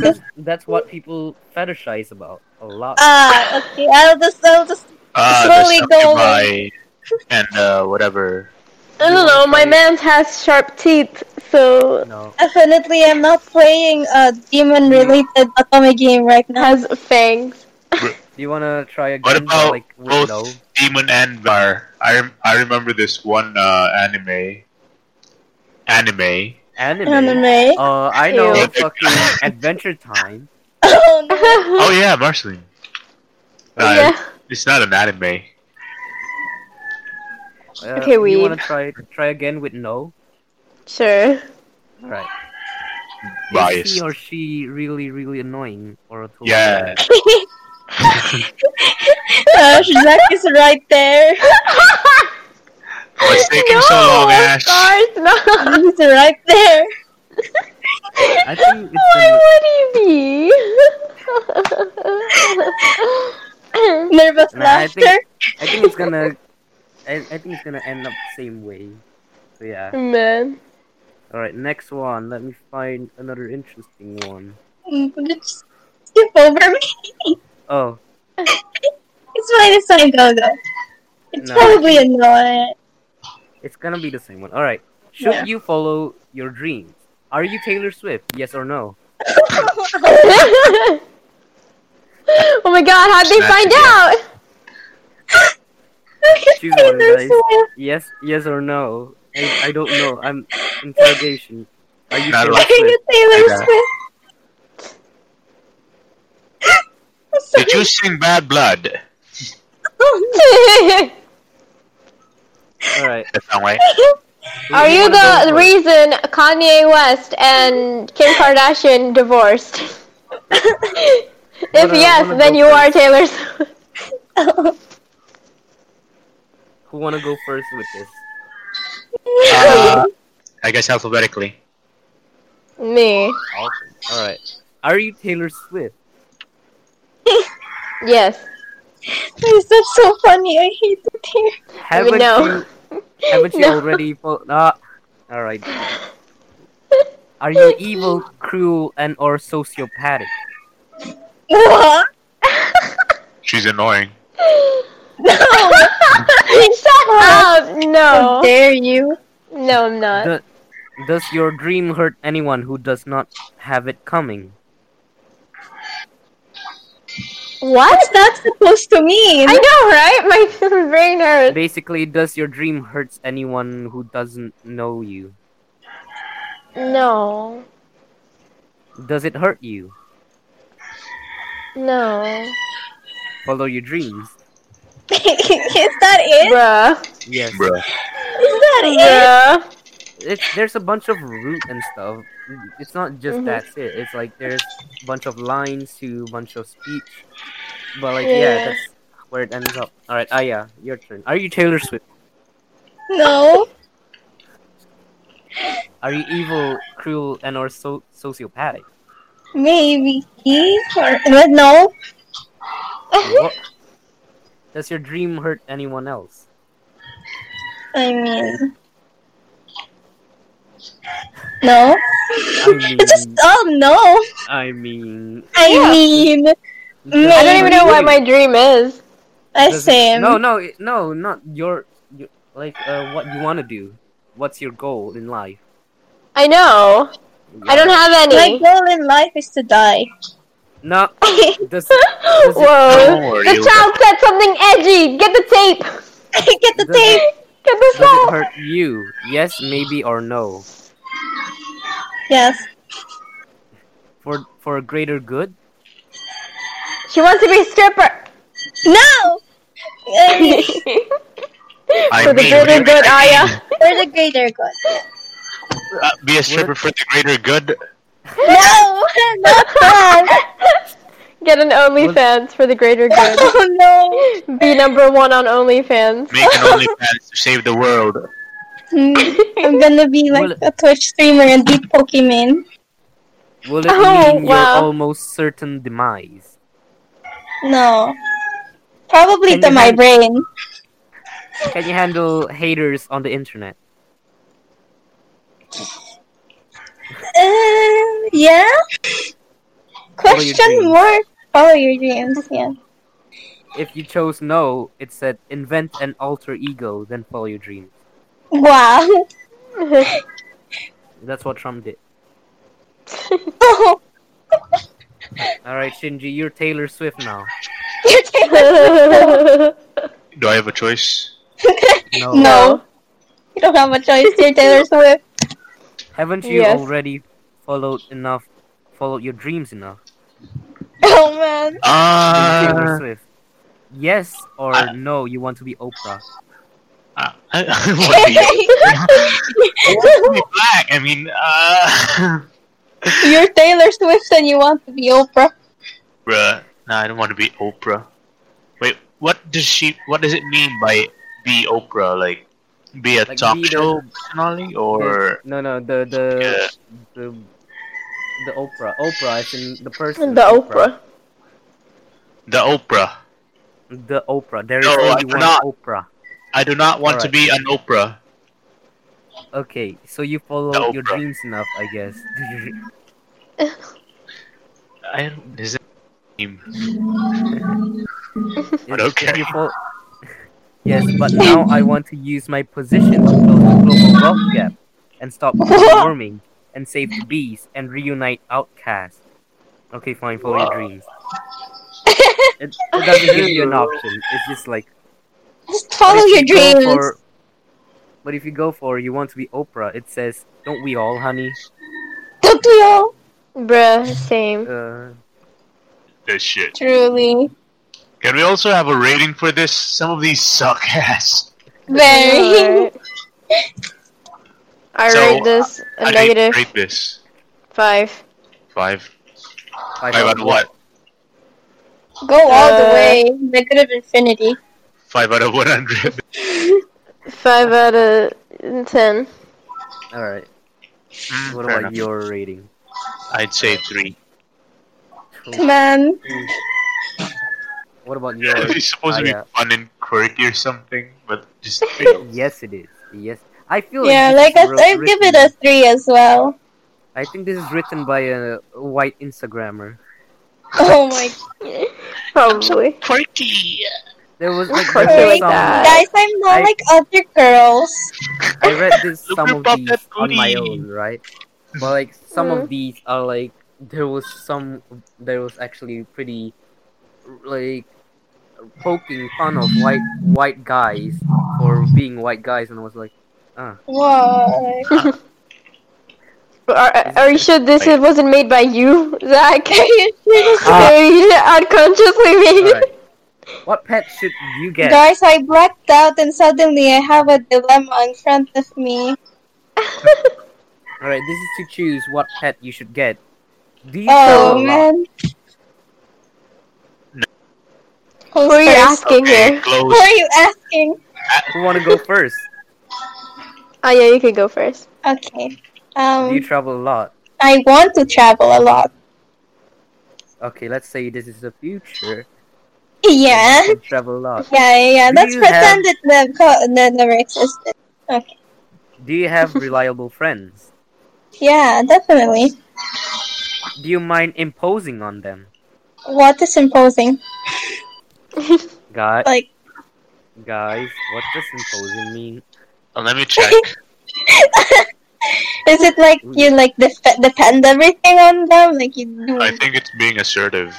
Speaker 1: Because that's what people fetishize about a lot.
Speaker 4: Ah, okay. I'll just, I'll just.
Speaker 3: Ah,
Speaker 4: Slowly
Speaker 3: there's
Speaker 4: go
Speaker 3: something
Speaker 4: away.
Speaker 3: by and uh, whatever.
Speaker 2: I don't know. My man has sharp teeth, so
Speaker 1: no.
Speaker 4: Definitely, I'm not playing a demon-related Atome game right now.
Speaker 2: has fangs.
Speaker 1: Do you wanna try again?
Speaker 3: What about
Speaker 1: like
Speaker 3: both
Speaker 1: with no?
Speaker 3: demon and bar? I rem- I remember this one uh, anime. Anime.
Speaker 1: Anime.
Speaker 4: Anime.
Speaker 1: Uh, I know
Speaker 2: Ew.
Speaker 1: fucking Adventure Time.
Speaker 4: Oh no.
Speaker 3: Oh yeah, Marceline. No,
Speaker 2: Hmm. yeah.
Speaker 3: It's not an anime.
Speaker 1: Uh,
Speaker 2: Okay,
Speaker 1: do You wanna
Speaker 2: weeb.
Speaker 1: try try again with no?
Speaker 2: Sure.
Speaker 1: Right. Is
Speaker 3: Biased.
Speaker 1: he or she really really annoying or a tool?
Speaker 3: Yeah.
Speaker 4: Gosh, Zach is right there.
Speaker 3: Oh, it's taking so
Speaker 2: No,
Speaker 3: long,
Speaker 2: of
Speaker 3: Ash.
Speaker 2: course not.
Speaker 4: He's right there.
Speaker 1: I think it's the-
Speaker 2: Why would he be?
Speaker 4: Nervous
Speaker 1: Nah, I
Speaker 4: laughter.
Speaker 1: think- I think it's gonna. I, I think it's gonna end up the same way. So yeah.
Speaker 2: Man.
Speaker 1: All right, next one. Let me find another interesting one.
Speaker 4: Mm, Just skip over me.
Speaker 1: Oh
Speaker 4: It's fine. It's fine. Go go. It's
Speaker 1: No.
Speaker 4: probably annoying.
Speaker 1: It's gonna be the same one. All right. Should
Speaker 4: Yeah.
Speaker 1: you follow your dreams? Are you Taylor Swift? Yes or no?
Speaker 2: oh my god, how'd they
Speaker 3: Snatch
Speaker 2: find
Speaker 3: it.
Speaker 2: out?
Speaker 1: Choose one, guys.
Speaker 4: Swift.
Speaker 1: Yes, yes or no? I, I don't know. I'm interrogation. Are you
Speaker 3: Not
Speaker 1: Taylor
Speaker 3: right.
Speaker 4: Are you
Speaker 1: Swift?
Speaker 4: Taylor
Speaker 3: Yeah.
Speaker 4: Swift? I'm sorry.
Speaker 3: Did you sing Bad Blood?
Speaker 1: All right.
Speaker 3: That's not right.
Speaker 1: Who
Speaker 2: Are
Speaker 1: do
Speaker 2: you
Speaker 1: wanna go
Speaker 2: the
Speaker 1: for?
Speaker 2: reason Kanye West and Kim Kardashian divorced? if
Speaker 1: Wanna-
Speaker 2: yes,
Speaker 1: wanna
Speaker 2: then
Speaker 1: go
Speaker 2: you
Speaker 1: first?
Speaker 2: are Taylor Swift.
Speaker 1: Who wanna go first with this?
Speaker 4: Oh.
Speaker 3: Uh, I guess alphabetically.
Speaker 2: Me.
Speaker 1: Awesome. All right. Are you Taylor Swift?
Speaker 2: Yes.
Speaker 4: Is that so funny? I hate it here.
Speaker 1: Haven't
Speaker 2: no.
Speaker 1: you? Haven't you
Speaker 2: No.
Speaker 1: already? Fo- ah. All right. Are you evil, cruel, and or sociopathic?
Speaker 4: What?
Speaker 3: She's annoying.
Speaker 4: No.
Speaker 2: Shut up!
Speaker 4: How
Speaker 2: Um, No.
Speaker 4: dare you?
Speaker 2: No, I'm not.
Speaker 1: Do- does your dream hurt anyone who does not have it coming?
Speaker 4: What's
Speaker 2: What?
Speaker 4: that supposed to mean?
Speaker 2: I know, right? My brain hurts.
Speaker 1: Basically, does your dream hurts anyone who doesn't know you?
Speaker 2: No.
Speaker 1: Does it hurt you?
Speaker 2: No.
Speaker 1: Follow your dreams.
Speaker 4: is that it?
Speaker 2: Bruh.
Speaker 1: Yes.
Speaker 3: Bruh.
Speaker 4: Is that it?
Speaker 2: Bruh.
Speaker 1: It's, there's a bunch of root and stuff. It's not just
Speaker 2: Mhm.
Speaker 1: that's it. It's like there's a bunch of lines to a bunch of speech. But like
Speaker 2: Yeah.
Speaker 1: yeah, that's where it ends up. All right, Aya, your turn. Are you Taylor Swift?
Speaker 4: No.
Speaker 1: Are you evil, cruel, and or so- sociopathic?
Speaker 4: Maybe. Or, but no.
Speaker 1: What? Does your dream hurt anyone else?
Speaker 4: I mean. No.
Speaker 1: I mean,
Speaker 4: It's just oh no.
Speaker 1: I mean,
Speaker 4: I
Speaker 2: Yeah.
Speaker 4: mean,
Speaker 1: does
Speaker 2: I don't even know what
Speaker 1: dream-
Speaker 2: my dream is.
Speaker 4: I
Speaker 1: does it-
Speaker 4: same.
Speaker 1: No, no, it- no, not your, your like uh, what you want to do. What's your goal in life?
Speaker 2: I know. I don't have
Speaker 4: My
Speaker 2: any.
Speaker 4: goal in life is to die.
Speaker 1: No, does, does it-
Speaker 2: Whoa.
Speaker 3: worry,
Speaker 2: The
Speaker 3: you'll
Speaker 2: child said something edgy. Get the tape.
Speaker 4: Get the
Speaker 1: Does it-
Speaker 4: tape.
Speaker 2: Get
Speaker 1: does
Speaker 2: the
Speaker 1: it
Speaker 2: salt.
Speaker 1: hurt you? Yes, maybe, or no?
Speaker 4: Yes.
Speaker 1: For for a greater good?
Speaker 2: She wants to be a stripper.
Speaker 4: No. I mean,
Speaker 3: I
Speaker 2: For the
Speaker 3: mean, what do you
Speaker 2: greater good,
Speaker 3: mean?
Speaker 2: Aya.
Speaker 4: for the greater good.
Speaker 3: Uh, be a stripper for the greater good.
Speaker 4: No, not that.
Speaker 2: Get an OnlyFans for the greater good.
Speaker 4: Oh no.
Speaker 2: Be number one on OnlyFans.
Speaker 3: Make an OnlyFans to save the world.
Speaker 4: Hmm, I'm gonna be like a Twitch streamer and beat Pokemon.
Speaker 1: Will it
Speaker 2: Oh,
Speaker 1: mean
Speaker 2: wow.
Speaker 1: your almost certain demise?
Speaker 4: No. Probably
Speaker 1: Can
Speaker 4: to
Speaker 1: you
Speaker 4: my
Speaker 1: hand-
Speaker 4: brain.
Speaker 1: Can you handle haters on the internet?
Speaker 4: Uh, yeah.
Speaker 1: Follow your
Speaker 4: Question
Speaker 1: dreams.
Speaker 4: more. Follow your dreams. Yeah.
Speaker 1: If you chose no, it said invent an alter ego, then follow your dreams.
Speaker 4: Wow.
Speaker 1: That's what Trump did.
Speaker 4: Oh,
Speaker 1: All right, Shinji, you're Taylor Swift now.
Speaker 4: you're Taylor.
Speaker 3: Do I have a choice?
Speaker 1: No,
Speaker 4: No. You don't have a choice. You're Taylor Swift.
Speaker 1: haven't you
Speaker 2: Yes.
Speaker 1: already followed enough? Followed your dreams enough?
Speaker 4: Oh man.
Speaker 1: Taylor
Speaker 3: Uh,
Speaker 1: Swift. Yes or
Speaker 3: I-
Speaker 1: no? You want to be Oprah?
Speaker 3: I, I want to be- I want to be black. I mean, uh,
Speaker 4: you're Taylor Swift and you want to be Oprah.
Speaker 3: bruh. No, I don't want to be Oprah. Wait, what does she? What does it mean by be Oprah? Like, be a
Speaker 1: Like,
Speaker 3: talk
Speaker 1: be the-
Speaker 3: show personality, or
Speaker 1: No, no, the the
Speaker 3: Yeah.
Speaker 1: the the Oprah. Oprah is in the person.
Speaker 2: the Oprah.
Speaker 3: the Oprah?
Speaker 1: The Oprah. There is
Speaker 3: No, I
Speaker 1: only
Speaker 3: do
Speaker 1: one
Speaker 3: not.
Speaker 1: Oprah.
Speaker 3: I do not want to
Speaker 1: Alright.
Speaker 3: be an Oprah.
Speaker 1: Okay, so you followed
Speaker 3: The
Speaker 1: your
Speaker 3: Oprah.
Speaker 1: dreams enough, I guess.
Speaker 3: I don't. Is it? name?
Speaker 1: If-
Speaker 3: Okay.
Speaker 1: if you fol- yes, but now I want to use my position to close the global wealth gap and stop global warming and save the bees and reunite outcasts. Okay, fine, follow your dreams. It, it doesn't give you an option. It's just like
Speaker 4: Just
Speaker 1: but
Speaker 4: follow
Speaker 1: if
Speaker 4: your
Speaker 1: you go
Speaker 4: dreams.
Speaker 1: for- but if you go for you want to be Oprah, it says, "Don't we all, honey?"
Speaker 4: Don't we all?
Speaker 2: Bruh, same.
Speaker 1: Uh,
Speaker 3: This shit.
Speaker 4: Truly.
Speaker 3: Can we also have a rating for this? Some of these suck ass.
Speaker 4: Very.
Speaker 2: Alright. I
Speaker 3: So, uh,
Speaker 2: rate this a
Speaker 3: I
Speaker 2: negative
Speaker 3: rate this
Speaker 2: five.
Speaker 3: five.
Speaker 1: five
Speaker 3: Five out
Speaker 1: out
Speaker 3: of what?
Speaker 4: Go all the
Speaker 2: Uh,
Speaker 4: way. Negative infinity.
Speaker 1: oh.
Speaker 3: Five out of one hundred.
Speaker 2: Five out of ten.
Speaker 1: All right.
Speaker 3: Hmm,
Speaker 1: What about your rating?
Speaker 3: I'd say three.
Speaker 4: Man.
Speaker 1: What about
Speaker 3: Yeah,
Speaker 1: yours?
Speaker 3: it's supposed
Speaker 1: Oh,
Speaker 3: to be
Speaker 1: yeah.
Speaker 3: fun and quirky or something, but just you know,
Speaker 1: Yes, it is. Yes, I feel.
Speaker 4: Yeah,
Speaker 1: like
Speaker 4: like
Speaker 1: this
Speaker 4: I,
Speaker 1: is
Speaker 4: I
Speaker 1: writ-
Speaker 4: give it
Speaker 1: written-
Speaker 4: a three as well.
Speaker 1: I think this is written by a white Instagrammer.
Speaker 4: Oh my
Speaker 2: Probably.
Speaker 3: quirky.
Speaker 1: There was like
Speaker 2: course
Speaker 1: there was
Speaker 4: Like,
Speaker 2: like that.
Speaker 1: some,
Speaker 4: guys, I'm
Speaker 1: I-
Speaker 4: not like other girls.
Speaker 1: I read this
Speaker 3: Look
Speaker 1: some of
Speaker 3: about
Speaker 1: these
Speaker 3: that
Speaker 1: on my
Speaker 3: booty.
Speaker 1: own, right? But like some
Speaker 2: Mm.
Speaker 4: Uh-huh.
Speaker 1: of these are like there was some there was actually pretty like poking fun of white white guys for being white guys and I was like
Speaker 4: Why?
Speaker 2: Are, are you sure this
Speaker 3: Wait.
Speaker 2: wasn't made by you, Zach? are
Speaker 1: Uh,
Speaker 2: you unconsciously made it?
Speaker 1: Alright. What pet should you get?
Speaker 4: Guys, I blacked out and suddenly I have a dilemma in front of me.
Speaker 1: Alright, this is to choose what pet you should get. Do you
Speaker 4: Oh
Speaker 1: feel a lot?
Speaker 4: man.
Speaker 3: No.
Speaker 4: Who's
Speaker 2: Who are you
Speaker 4: first?
Speaker 2: asking
Speaker 3: Okay,
Speaker 2: here?
Speaker 4: Who
Speaker 3: close.
Speaker 4: are you asking?
Speaker 1: Who wanna go first?
Speaker 2: Oh yeah, you can go first.
Speaker 4: Okay.
Speaker 1: Do you
Speaker 4: Um,
Speaker 1: travel a lot?
Speaker 4: I want to travel a lot.
Speaker 1: Okay, let's say this is the future.
Speaker 4: Yeah.
Speaker 1: You travel a lot.
Speaker 4: Yeah, yeah, yeah.
Speaker 1: Do
Speaker 4: Let's
Speaker 1: you have-
Speaker 4: pretend it never, co- ne- never existed.
Speaker 1: Do you have reliable friends?
Speaker 4: Yeah, definitely.
Speaker 1: Do you mind imposing on them?
Speaker 4: What is imposing?
Speaker 1: Guy,
Speaker 4: Like,
Speaker 1: guys, what does imposing mean?
Speaker 3: Uh, let me check.
Speaker 4: is it like you like def- depend everything on them? Like you do?
Speaker 3: I think it's being assertive.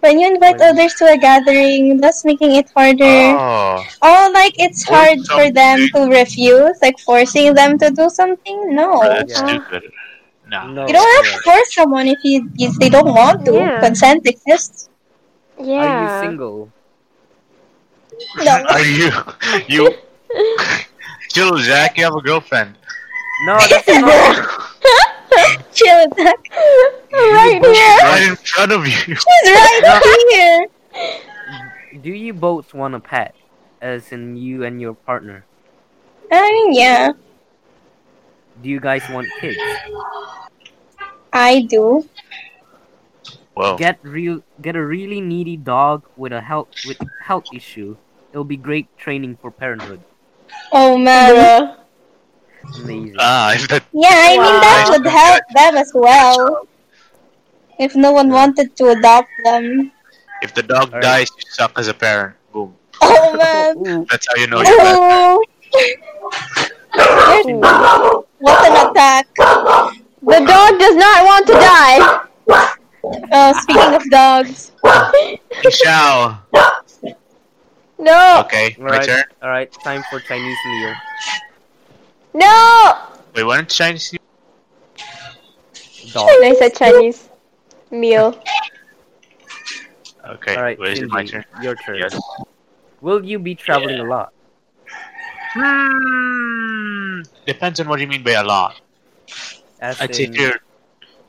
Speaker 4: When you invite
Speaker 1: When-
Speaker 4: others to a gathering, thus making it harder.
Speaker 3: Oh,
Speaker 4: Oh, like it's
Speaker 3: Or
Speaker 4: hard for them to
Speaker 3: something.
Speaker 4: refuse, like forcing them to do something. No,
Speaker 3: that's
Speaker 1: Yeah.
Speaker 3: stupid. No.
Speaker 1: No.
Speaker 4: you don't have to force someone if you if they don't want to.
Speaker 2: Yeah.
Speaker 4: Consent exists.
Speaker 1: Are you
Speaker 2: Yeah.
Speaker 1: single?
Speaker 4: No.
Speaker 3: Are you you? Chill, Zach. You have a girlfriend.
Speaker 1: No, that's not.
Speaker 4: Chill, Zach.
Speaker 2: right here.
Speaker 3: Right in front of you.
Speaker 4: She's right here.
Speaker 1: Do you both want a pet? As in you and your partner?
Speaker 4: I mean, yeah,
Speaker 1: Do you guys want kids?
Speaker 4: I do.
Speaker 3: Whoa.
Speaker 1: Get real, get a really needy dog with a health with health issue. It'll be great training for parenthood.
Speaker 4: Oh man.
Speaker 2: Bruh.
Speaker 1: Amazing.
Speaker 3: Ah, if that
Speaker 4: Yeah, I mean that
Speaker 3: Wow.
Speaker 4: would help them as well. If no one wanted to adopt them.
Speaker 3: if the dog
Speaker 1: Alright.
Speaker 3: dies, you suck as a parent. Boom.
Speaker 4: Oh man.
Speaker 1: Ooh,
Speaker 3: That's how you know you're bad.
Speaker 4: Oh. what an attack.
Speaker 2: The dog does not want to die.
Speaker 4: Oh, speaking of dogs.
Speaker 3: Michelle.
Speaker 2: No,
Speaker 3: Okay, my
Speaker 1: Alright,
Speaker 3: turn.
Speaker 1: alright, time for Chinese New Year.
Speaker 2: no.
Speaker 3: Wait, wasn't Chinese New
Speaker 1: Dog.
Speaker 2: They said Chinese meal.
Speaker 3: Okay,
Speaker 1: Alright,
Speaker 3: wait, is it
Speaker 1: Shinji,
Speaker 3: my turn?
Speaker 1: your turn.
Speaker 3: Yes.
Speaker 1: Will you be traveling a lot?
Speaker 3: Hmm, depends on what you mean by a lot.
Speaker 1: As
Speaker 3: I'd say
Speaker 1: in,
Speaker 3: three. Or,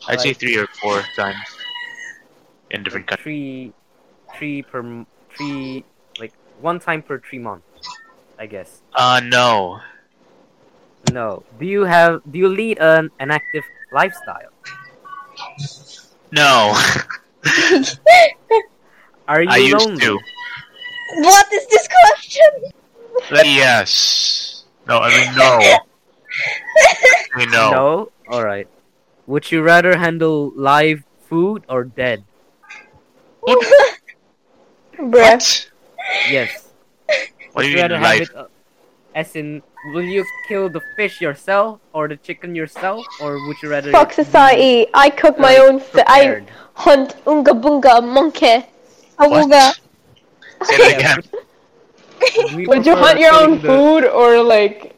Speaker 3: I'd say
Speaker 1: like-
Speaker 3: three or four times in different countries.
Speaker 1: three, three per m- three, like one time per three months, I guess.
Speaker 3: Uh, no,
Speaker 1: No. Do you have? Do you lead an an active lifestyle?
Speaker 3: no.
Speaker 1: Are you
Speaker 3: I used
Speaker 1: lonely?
Speaker 3: to.
Speaker 4: What is this question?
Speaker 3: Like, yes. No, I mean no. I mean, no.
Speaker 1: No. All right. Would you rather handle live food or dead?
Speaker 2: Bruh.
Speaker 3: What?
Speaker 1: Yes.
Speaker 3: What do you
Speaker 1: Would
Speaker 3: mean
Speaker 1: rather have
Speaker 3: life?
Speaker 1: it, uh, as in, will you kill the fish yourself or the chicken yourself, or would you rather?
Speaker 2: Fuck society. I cook my own. F- I
Speaker 1: Prepared?
Speaker 2: hunt unga bunga monkey.
Speaker 3: What?
Speaker 4: Awuga.
Speaker 3: Say that again.
Speaker 1: We
Speaker 5: Would you
Speaker 1: prefer
Speaker 5: hunt your own
Speaker 1: killing the-
Speaker 5: food or like?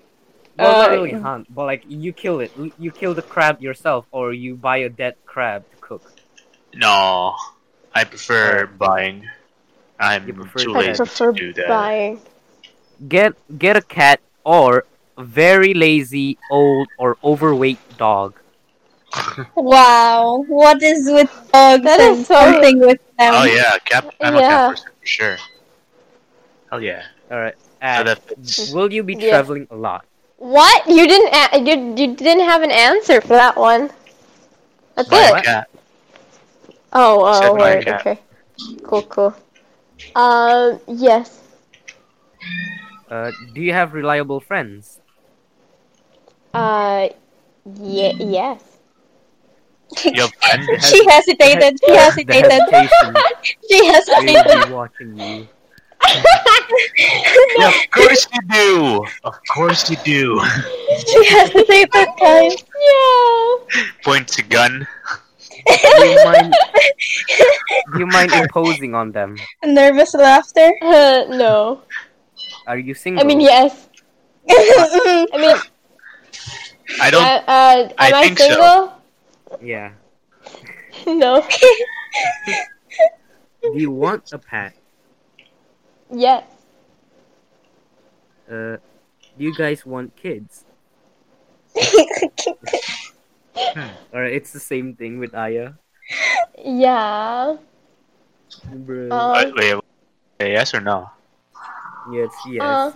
Speaker 1: Well, not
Speaker 5: Uh,
Speaker 1: really hunt, but like you kill it. You- You kill the crab yourself, or you buy a dead crab to cook.
Speaker 3: No, I prefer buying. I'm
Speaker 1: Oh. You prefer
Speaker 3: too
Speaker 1: buying.
Speaker 2: I
Speaker 3: lazy
Speaker 2: prefer
Speaker 3: to do that.
Speaker 2: buying.
Speaker 1: Get get a cat or a very lazy, old, or overweight dog.
Speaker 4: Wow. What is with dogs?
Speaker 2: That is
Speaker 4: and
Speaker 2: so-
Speaker 4: something with them.
Speaker 3: Oh yeah, cap. I'm
Speaker 2: Yeah.
Speaker 3: a cap person for sure. Hell yeah.
Speaker 1: All right.
Speaker 3: Now
Speaker 1: And
Speaker 3: that fits.
Speaker 1: will you be
Speaker 2: Yeah.
Speaker 1: traveling a lot?
Speaker 2: What? You didn't. A- you you didn't have an answer for that one. That's
Speaker 3: Buy
Speaker 2: it.
Speaker 3: a cat.
Speaker 2: Oh,
Speaker 3: Said
Speaker 2: oh,
Speaker 3: my
Speaker 2: word.
Speaker 3: cat.
Speaker 2: Okay. Cool, cool. Um, yes.
Speaker 1: Uh, do you have reliable friends?
Speaker 2: Uh, yeah, yes.
Speaker 3: You have friends?
Speaker 4: She hesitated. She
Speaker 1: The
Speaker 4: hesitated.
Speaker 1: hesitation
Speaker 4: She
Speaker 1: will
Speaker 4: hesitated.
Speaker 1: be watching you.
Speaker 3: Yeah, of course you do. Of course you do.
Speaker 4: She hesitated, guys.
Speaker 2: Yeah.
Speaker 3: Points a gun.
Speaker 1: Do you mind? do you mind imposing on them?
Speaker 4: Nervous laughter.
Speaker 2: Uh, no.
Speaker 1: Are you single?
Speaker 2: I mean, yes. I mean,
Speaker 3: I
Speaker 2: uh,
Speaker 3: don't.
Speaker 2: uh,
Speaker 3: I
Speaker 2: am I,
Speaker 3: think so.
Speaker 2: single?
Speaker 1: Yeah.
Speaker 2: No.
Speaker 1: Do you want a pet?
Speaker 2: yes.
Speaker 1: Uh, do you guys want kids? Or it's the same thing with Aya.
Speaker 2: Yeah.
Speaker 1: Bruh.
Speaker 2: Uh,
Speaker 3: Wait, wait, wait, yes or no?
Speaker 1: yes, yes.
Speaker 2: Uh,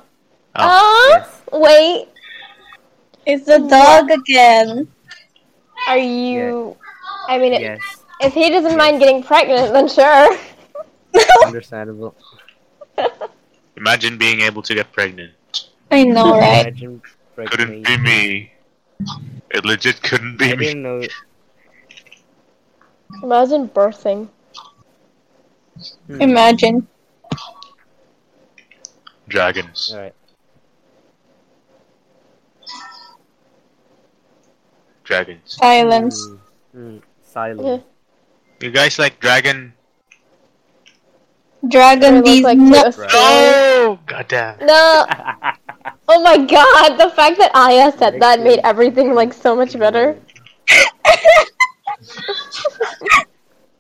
Speaker 3: Oh.
Speaker 2: uh, wait.
Speaker 4: it's a dog again.
Speaker 2: Are you? I mean, it-
Speaker 1: yes.
Speaker 2: if he doesn't mind getting pregnant, then sure.
Speaker 1: Understandable.
Speaker 3: Imagine being able to get pregnant.
Speaker 4: I know, right?
Speaker 1: Imagine
Speaker 3: Couldn't
Speaker 1: pregnant.
Speaker 3: be me. It legit couldn't
Speaker 1: I
Speaker 3: be me.
Speaker 1: didn't know.
Speaker 2: Imagine birthing.
Speaker 1: Hmm.
Speaker 4: Imagine.
Speaker 3: Dragons.
Speaker 1: Alright.
Speaker 3: Dragons.
Speaker 4: Silence.
Speaker 1: Hmm. Hmm. Silence.
Speaker 3: You guys like dragon?
Speaker 4: Dragon
Speaker 2: It looks
Speaker 4: bees.
Speaker 2: like a
Speaker 4: no-
Speaker 1: Right.
Speaker 2: story.
Speaker 3: No! Goddamn.
Speaker 2: No. Oh my god, the fact that Aya said that
Speaker 1: Thank
Speaker 2: made
Speaker 1: you.
Speaker 2: everything like so much better.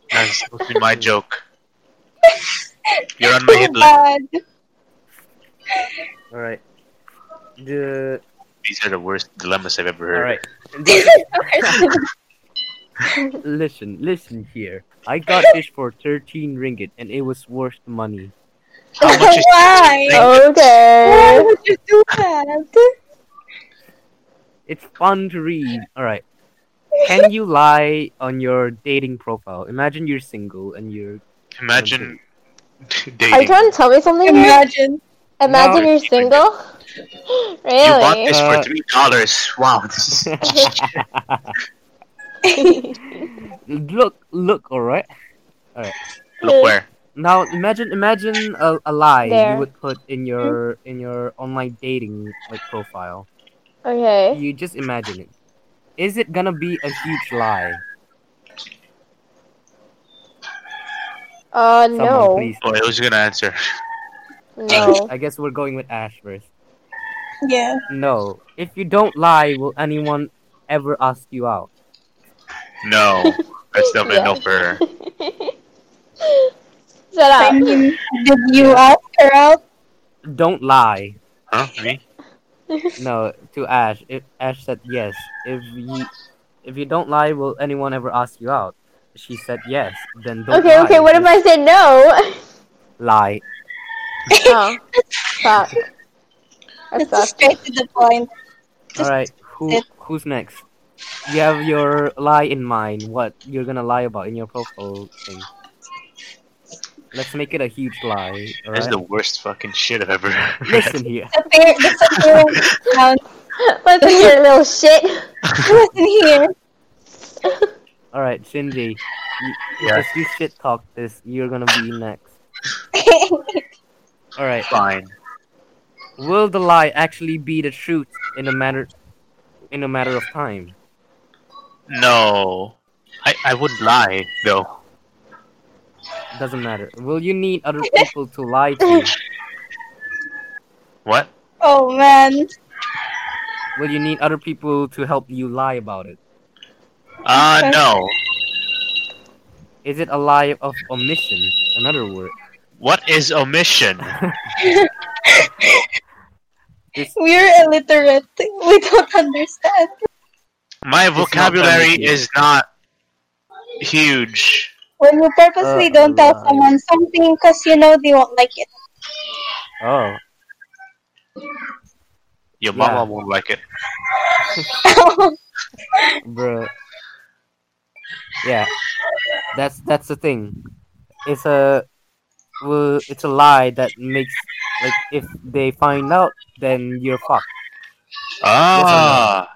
Speaker 3: That's supposed to be my joke. You're on my hit list.
Speaker 1: Alright. The
Speaker 3: These are the worst dilemmas I've ever heard.
Speaker 1: alright. listen, listen here. I got this for thirteen ringgit, and it was worth the money.
Speaker 3: How much is
Speaker 4: Why? Why
Speaker 2: Okay.
Speaker 4: would you do that?
Speaker 1: It's fun to read. Alright. Can you lie on your dating profile? Imagine you're single and you're
Speaker 3: Imagine
Speaker 2: Are you
Speaker 3: dating.
Speaker 2: trying to tell me something? here?
Speaker 4: Imagine.
Speaker 2: Imagine
Speaker 3: No.
Speaker 2: you're single.
Speaker 3: You bought
Speaker 2: really?
Speaker 3: this
Speaker 1: Uh,
Speaker 3: for three dollars. Wow, this is
Speaker 1: look look all right.
Speaker 3: look where.
Speaker 1: Now imagine imagine a, a lie
Speaker 2: There.
Speaker 1: you would put in your in your online dating like profile.
Speaker 2: okay.
Speaker 1: You just imagine it. Is it gonna be a huge lie?
Speaker 2: Uh,
Speaker 1: Someone
Speaker 2: no,
Speaker 1: please.
Speaker 3: Oh, I was gonna answer.
Speaker 2: no.
Speaker 1: I guess we're going with Ash first.
Speaker 4: Yeah.
Speaker 1: No. If you don't lie, will anyone ever ask you out?
Speaker 3: No, that's definitely
Speaker 2: Yeah.
Speaker 3: no for her.
Speaker 2: Shut
Speaker 4: I
Speaker 2: up.
Speaker 4: mean, did you ask her out?
Speaker 1: Don't lie.
Speaker 3: Huh? Me?
Speaker 1: No, to Ash. If Ash said yes, if you if you don't lie, will anyone ever ask you out? She said yes. Then don't
Speaker 2: Okay,
Speaker 1: lie.
Speaker 2: okay. What if I say no?
Speaker 1: lie?
Speaker 2: oh, fuck. I
Speaker 4: That's
Speaker 2: suck.
Speaker 4: straight to the point.
Speaker 1: All right. Who who's next? You have your lie in mind. What you're gonna lie about in your profile thing? Let's make it a huge lie. All
Speaker 3: That's
Speaker 1: right.
Speaker 3: the worst fucking shit I've ever.
Speaker 1: Listen here.
Speaker 4: The par- that's a parent account.
Speaker 2: Listen here, little shit.
Speaker 4: Listen here.
Speaker 1: All right, Cindy. You,
Speaker 3: Yeah.
Speaker 1: If you shit talk this, you're gonna be next. All right.
Speaker 3: Fine.
Speaker 1: Will the lie actually be the truth in a matter in a matter of time?
Speaker 3: No, I I wouldn't lie though.
Speaker 1: Doesn't matter. Will you need other people to lie to you?
Speaker 3: What?
Speaker 4: oh man.
Speaker 1: Will you need other people to help you lie about it?
Speaker 3: Uh, no.
Speaker 1: Is it a lie of omission? Another word.
Speaker 3: What is omission?
Speaker 4: We're illiterate. We don't understand.
Speaker 3: My
Speaker 1: not
Speaker 3: vocabulary
Speaker 1: omission.
Speaker 3: is not huge.
Speaker 4: When you purposely
Speaker 1: Uh,
Speaker 4: don't tell
Speaker 1: alive.
Speaker 4: someone something because you know they won't like it.
Speaker 1: Oh,
Speaker 3: Your
Speaker 1: Yeah.
Speaker 3: mama won't like it.
Speaker 1: bro. Yeah, that's that's the thing. It's a well, it's a lie that makes like if they find out, then you're fucked.
Speaker 3: Ah.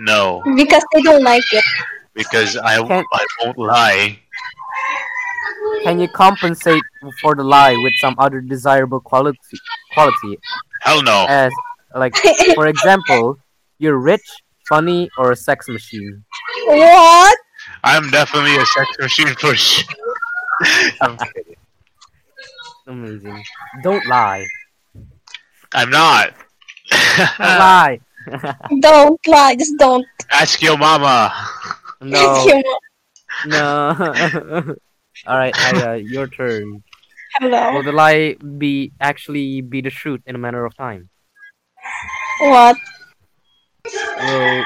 Speaker 3: No,
Speaker 4: because they don't like it.
Speaker 3: because I
Speaker 1: Can't-
Speaker 3: I won't lie.
Speaker 1: Can you compensate for the lie with some other desirable quality? Quality
Speaker 3: Hell no.
Speaker 1: as like, for example, you're rich, funny, or a sex machine.
Speaker 4: What?
Speaker 3: I'm definitely a sex machine for sure. I'm, kidding.
Speaker 1: Amazing. Don't lie.
Speaker 3: I'm not. Uh,
Speaker 1: Don't lie.
Speaker 4: Don't lie. Just don't.
Speaker 3: Ask your mama.
Speaker 1: No.
Speaker 4: You
Speaker 1: No. All right, Aya, your turn.
Speaker 4: Hello.
Speaker 1: Will the lie be actually be the truth in a matter of time?
Speaker 4: What?
Speaker 1: Will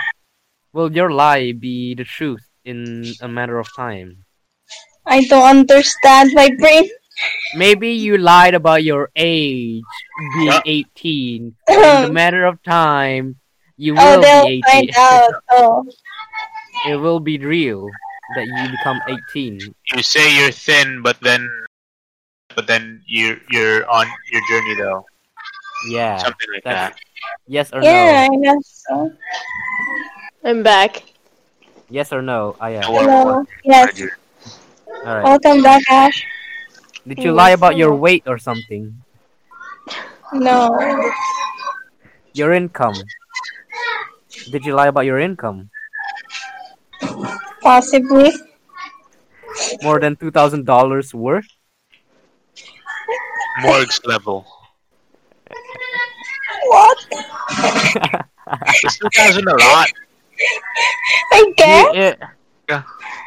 Speaker 1: Will your lie be the truth in a matter of time?
Speaker 4: I don't understand my brain.
Speaker 1: Maybe you lied about your age being
Speaker 3: Yeah.
Speaker 1: 18. In a matter of time, you will
Speaker 4: um, oh, they'll
Speaker 1: be 18.
Speaker 4: find out. Oh.
Speaker 1: It will be real that you become 18.
Speaker 3: You say you're thin, but then, but then you you're on your journey though.
Speaker 1: Yeah.
Speaker 3: Something like
Speaker 1: That's-
Speaker 3: that.
Speaker 1: Yes or
Speaker 4: Yeah,
Speaker 1: no?
Speaker 4: I guess so.
Speaker 2: I'm back.
Speaker 1: Yes or no? Ah, I am.
Speaker 3: What-
Speaker 4: Hello.
Speaker 3: what-
Speaker 4: Yes.
Speaker 1: All right.
Speaker 4: Welcome back, Ash.
Speaker 1: Did you
Speaker 2: Yes
Speaker 1: lie about
Speaker 2: or
Speaker 1: your
Speaker 2: no?
Speaker 1: weight or something?
Speaker 4: No.
Speaker 1: Your income? Did you lie about your income?
Speaker 4: Possibly.
Speaker 1: More than two thousand dollars worth?
Speaker 3: Morgue's level.
Speaker 4: What?
Speaker 3: Is two thousand a lot?
Speaker 4: I guess.
Speaker 1: Yeah, yeah.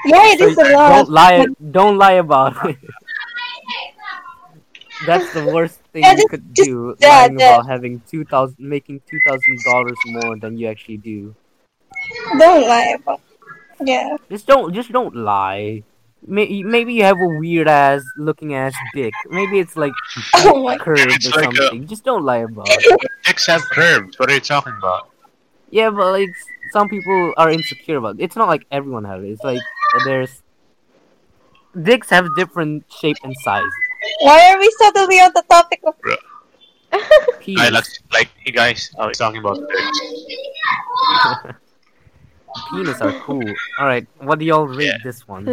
Speaker 4: Yeah, it
Speaker 1: So
Speaker 4: is a
Speaker 1: eh,
Speaker 4: lot.
Speaker 1: don't lie. Don't lie about it. That's the worst thing
Speaker 4: Yeah,
Speaker 1: you
Speaker 4: just-
Speaker 1: could
Speaker 4: just
Speaker 1: do.
Speaker 4: that-
Speaker 1: lying
Speaker 4: that-
Speaker 1: about having two thousand, making two thousand dollars more than you actually do.
Speaker 4: Don't lie about. Yeah.
Speaker 1: Just don't. Just don't lie. May- Maybe you have a weird ass looking ass dick. Maybe it's like
Speaker 4: Oh my.
Speaker 1: curved
Speaker 3: It's
Speaker 1: or
Speaker 3: like a-
Speaker 1: something. Just don't lie about it.
Speaker 3: Dicks have curves. What are you talking about?
Speaker 1: Yeah, but like s- some people are insecure about it. It's not like everyone has it. It's like there's dicks have different shape and size.
Speaker 4: Why are we suddenly on the topic of
Speaker 3: I
Speaker 1: Penis,
Speaker 3: like, like hey guys, I was talking about dicks.
Speaker 1: penis are cool. All right, what do y'all rate
Speaker 3: Yeah.
Speaker 1: this one?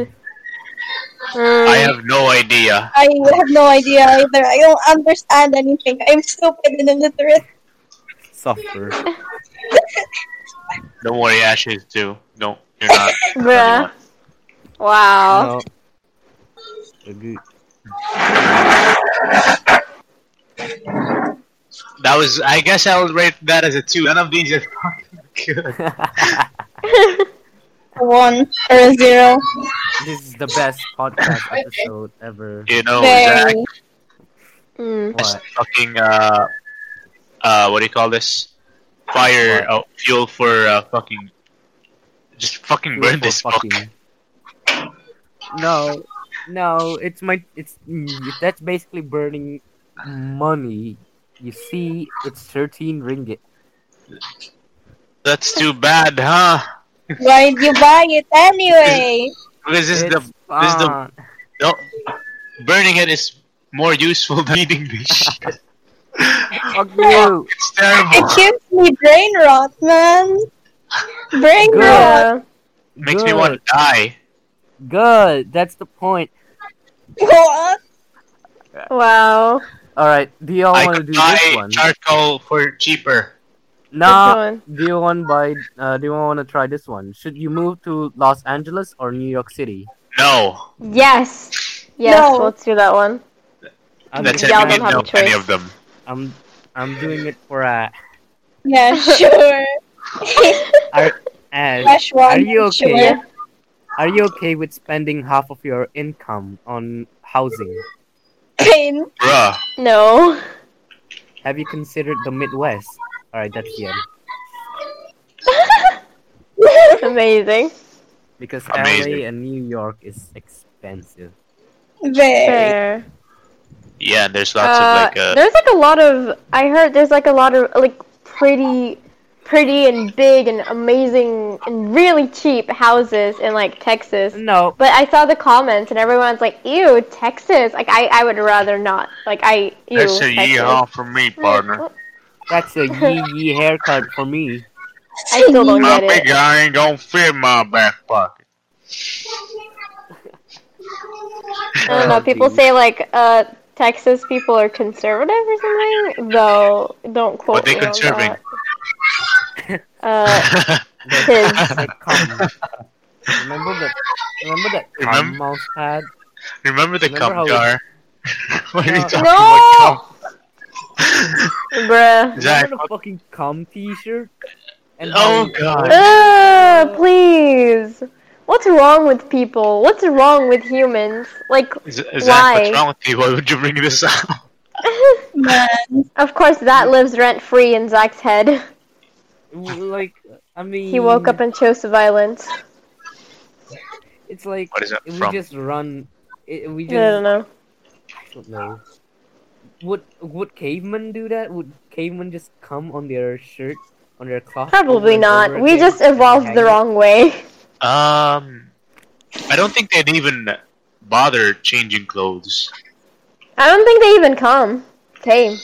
Speaker 3: I
Speaker 2: Mm,
Speaker 3: have no idea.
Speaker 4: I have no idea either. I don't understand anything. I'm stupid and illiterate.
Speaker 1: Suffer.
Speaker 3: Don't worry, Ash is too. No, you're not.
Speaker 2: bruh. Wow.
Speaker 1: No. Agree.
Speaker 3: That was. I guess I'll rate that as a two. None of these are fucking good.
Speaker 4: One or a zero.
Speaker 1: This is the best podcast episode ever.
Speaker 3: You know, Zach,
Speaker 4: Very.
Speaker 2: Mm.
Speaker 1: What?
Speaker 3: fucking uh, uh, what do you call this? Fire oh, fuel for uh, fucking. Just fucking burn
Speaker 1: Beautiful
Speaker 3: this book.
Speaker 1: fucking- No, no, it's my it's mm, that's basically burning money. You see, it's thirteen ringgit.
Speaker 3: That's too bad, huh?
Speaker 4: Why did you buy it anyway?
Speaker 3: Because this is
Speaker 1: it's
Speaker 3: the this is the-
Speaker 1: fun.
Speaker 3: no, burning it is more useful than eating this shit.
Speaker 1: Fuck you.
Speaker 3: It's terrible.
Speaker 4: It gives me brain rot, man. Brain
Speaker 1: Good.
Speaker 4: rot.
Speaker 2: Yeah.
Speaker 3: Makes me want to die.
Speaker 1: Good. That's the point.
Speaker 4: What?
Speaker 2: Wow.
Speaker 1: All right. Do y'all
Speaker 3: I
Speaker 1: want to
Speaker 3: could
Speaker 1: do
Speaker 3: buy
Speaker 1: this one?
Speaker 3: charcoal for cheaper.
Speaker 1: Nah.
Speaker 2: Good one.
Speaker 1: Do you want by? Uh, do you want to try this one? Should you move to Los Angeles or New York City?
Speaker 3: No,
Speaker 2: Yes. Yes,
Speaker 4: No.
Speaker 2: let's do that one.
Speaker 1: I'm
Speaker 3: that's it.
Speaker 1: doing
Speaker 2: Y'all
Speaker 3: We
Speaker 2: don't have a
Speaker 3: didn't know any
Speaker 2: choice.
Speaker 3: of them.
Speaker 1: I'm I'm doing it for uh,
Speaker 4: Yeah, sure.
Speaker 1: Ash.
Speaker 4: Fresh one.
Speaker 1: Are you
Speaker 4: sure.
Speaker 1: okay? Are you okay with spending half of your income on housing?
Speaker 4: Pain.
Speaker 3: Bruh,
Speaker 2: No.
Speaker 1: Have you considered the Midwest? All right, that's the end.
Speaker 2: Amazing.
Speaker 1: Because
Speaker 3: Amazing.
Speaker 1: LA and New York is expensive.
Speaker 4: Very.
Speaker 2: Fair.
Speaker 3: yeah. and There's lots of like
Speaker 2: Uh,
Speaker 3: uh,
Speaker 2: there's like a lot of I heard there's like a lot of like pretty pretty and big and amazing and really cheap houses in like Texas.
Speaker 1: No,
Speaker 2: But I saw the comments and everyone's like, "Ew, Texas!" Like I, I would rather not. Like I, ew,
Speaker 3: That's a
Speaker 2: Texas.
Speaker 3: yeehaw from me, partner.
Speaker 1: that's a yee yee haircut for me.
Speaker 2: I still don't
Speaker 3: My
Speaker 2: get it.
Speaker 3: big I ain't gonna fit my back pocket.
Speaker 2: I don't know. People say like, uh, Texas people are conservative or something. Though, don't quote
Speaker 3: What they
Speaker 2: me on
Speaker 3: conserving?
Speaker 2: that. Uh, kids.
Speaker 1: Like, come. Remember that? Remember that cum
Speaker 3: Remem-
Speaker 1: mouse pad?
Speaker 3: Remember the
Speaker 1: Remember how
Speaker 3: cum
Speaker 1: we-
Speaker 3: jar? Why are you
Speaker 1: No.
Speaker 3: talking
Speaker 2: No!
Speaker 3: about cum?
Speaker 2: Bruh.
Speaker 3: Zach,
Speaker 1: Remember the fucking cum T-shirt? And
Speaker 3: Oh,
Speaker 1: how-
Speaker 3: God.
Speaker 2: Ugh, please. What's wrong with people? What's wrong with humans? Like,
Speaker 3: Z- Zach,
Speaker 2: Why?
Speaker 3: what's wrong with you? Why would you bring this up?
Speaker 4: Man.
Speaker 2: of course, that lives rent free in Zach's head.
Speaker 1: Like, I mean,
Speaker 2: He woke up and chose violence.
Speaker 1: It's like
Speaker 3: What is that
Speaker 1: we
Speaker 3: from?
Speaker 1: just run. It, we
Speaker 2: I
Speaker 1: just
Speaker 2: don't know.
Speaker 1: I don't know. Would would cavemen do that? Would cavemen just come on their shirt, on their cloth? over
Speaker 2: Probably
Speaker 1: and
Speaker 2: not.
Speaker 1: over
Speaker 2: We
Speaker 1: again
Speaker 2: just
Speaker 1: and
Speaker 2: evolved
Speaker 1: hang
Speaker 2: the
Speaker 1: it?
Speaker 2: wrong way.
Speaker 3: Um, I don't think they'd even bother changing clothes.
Speaker 2: I don't think they even come. Tame.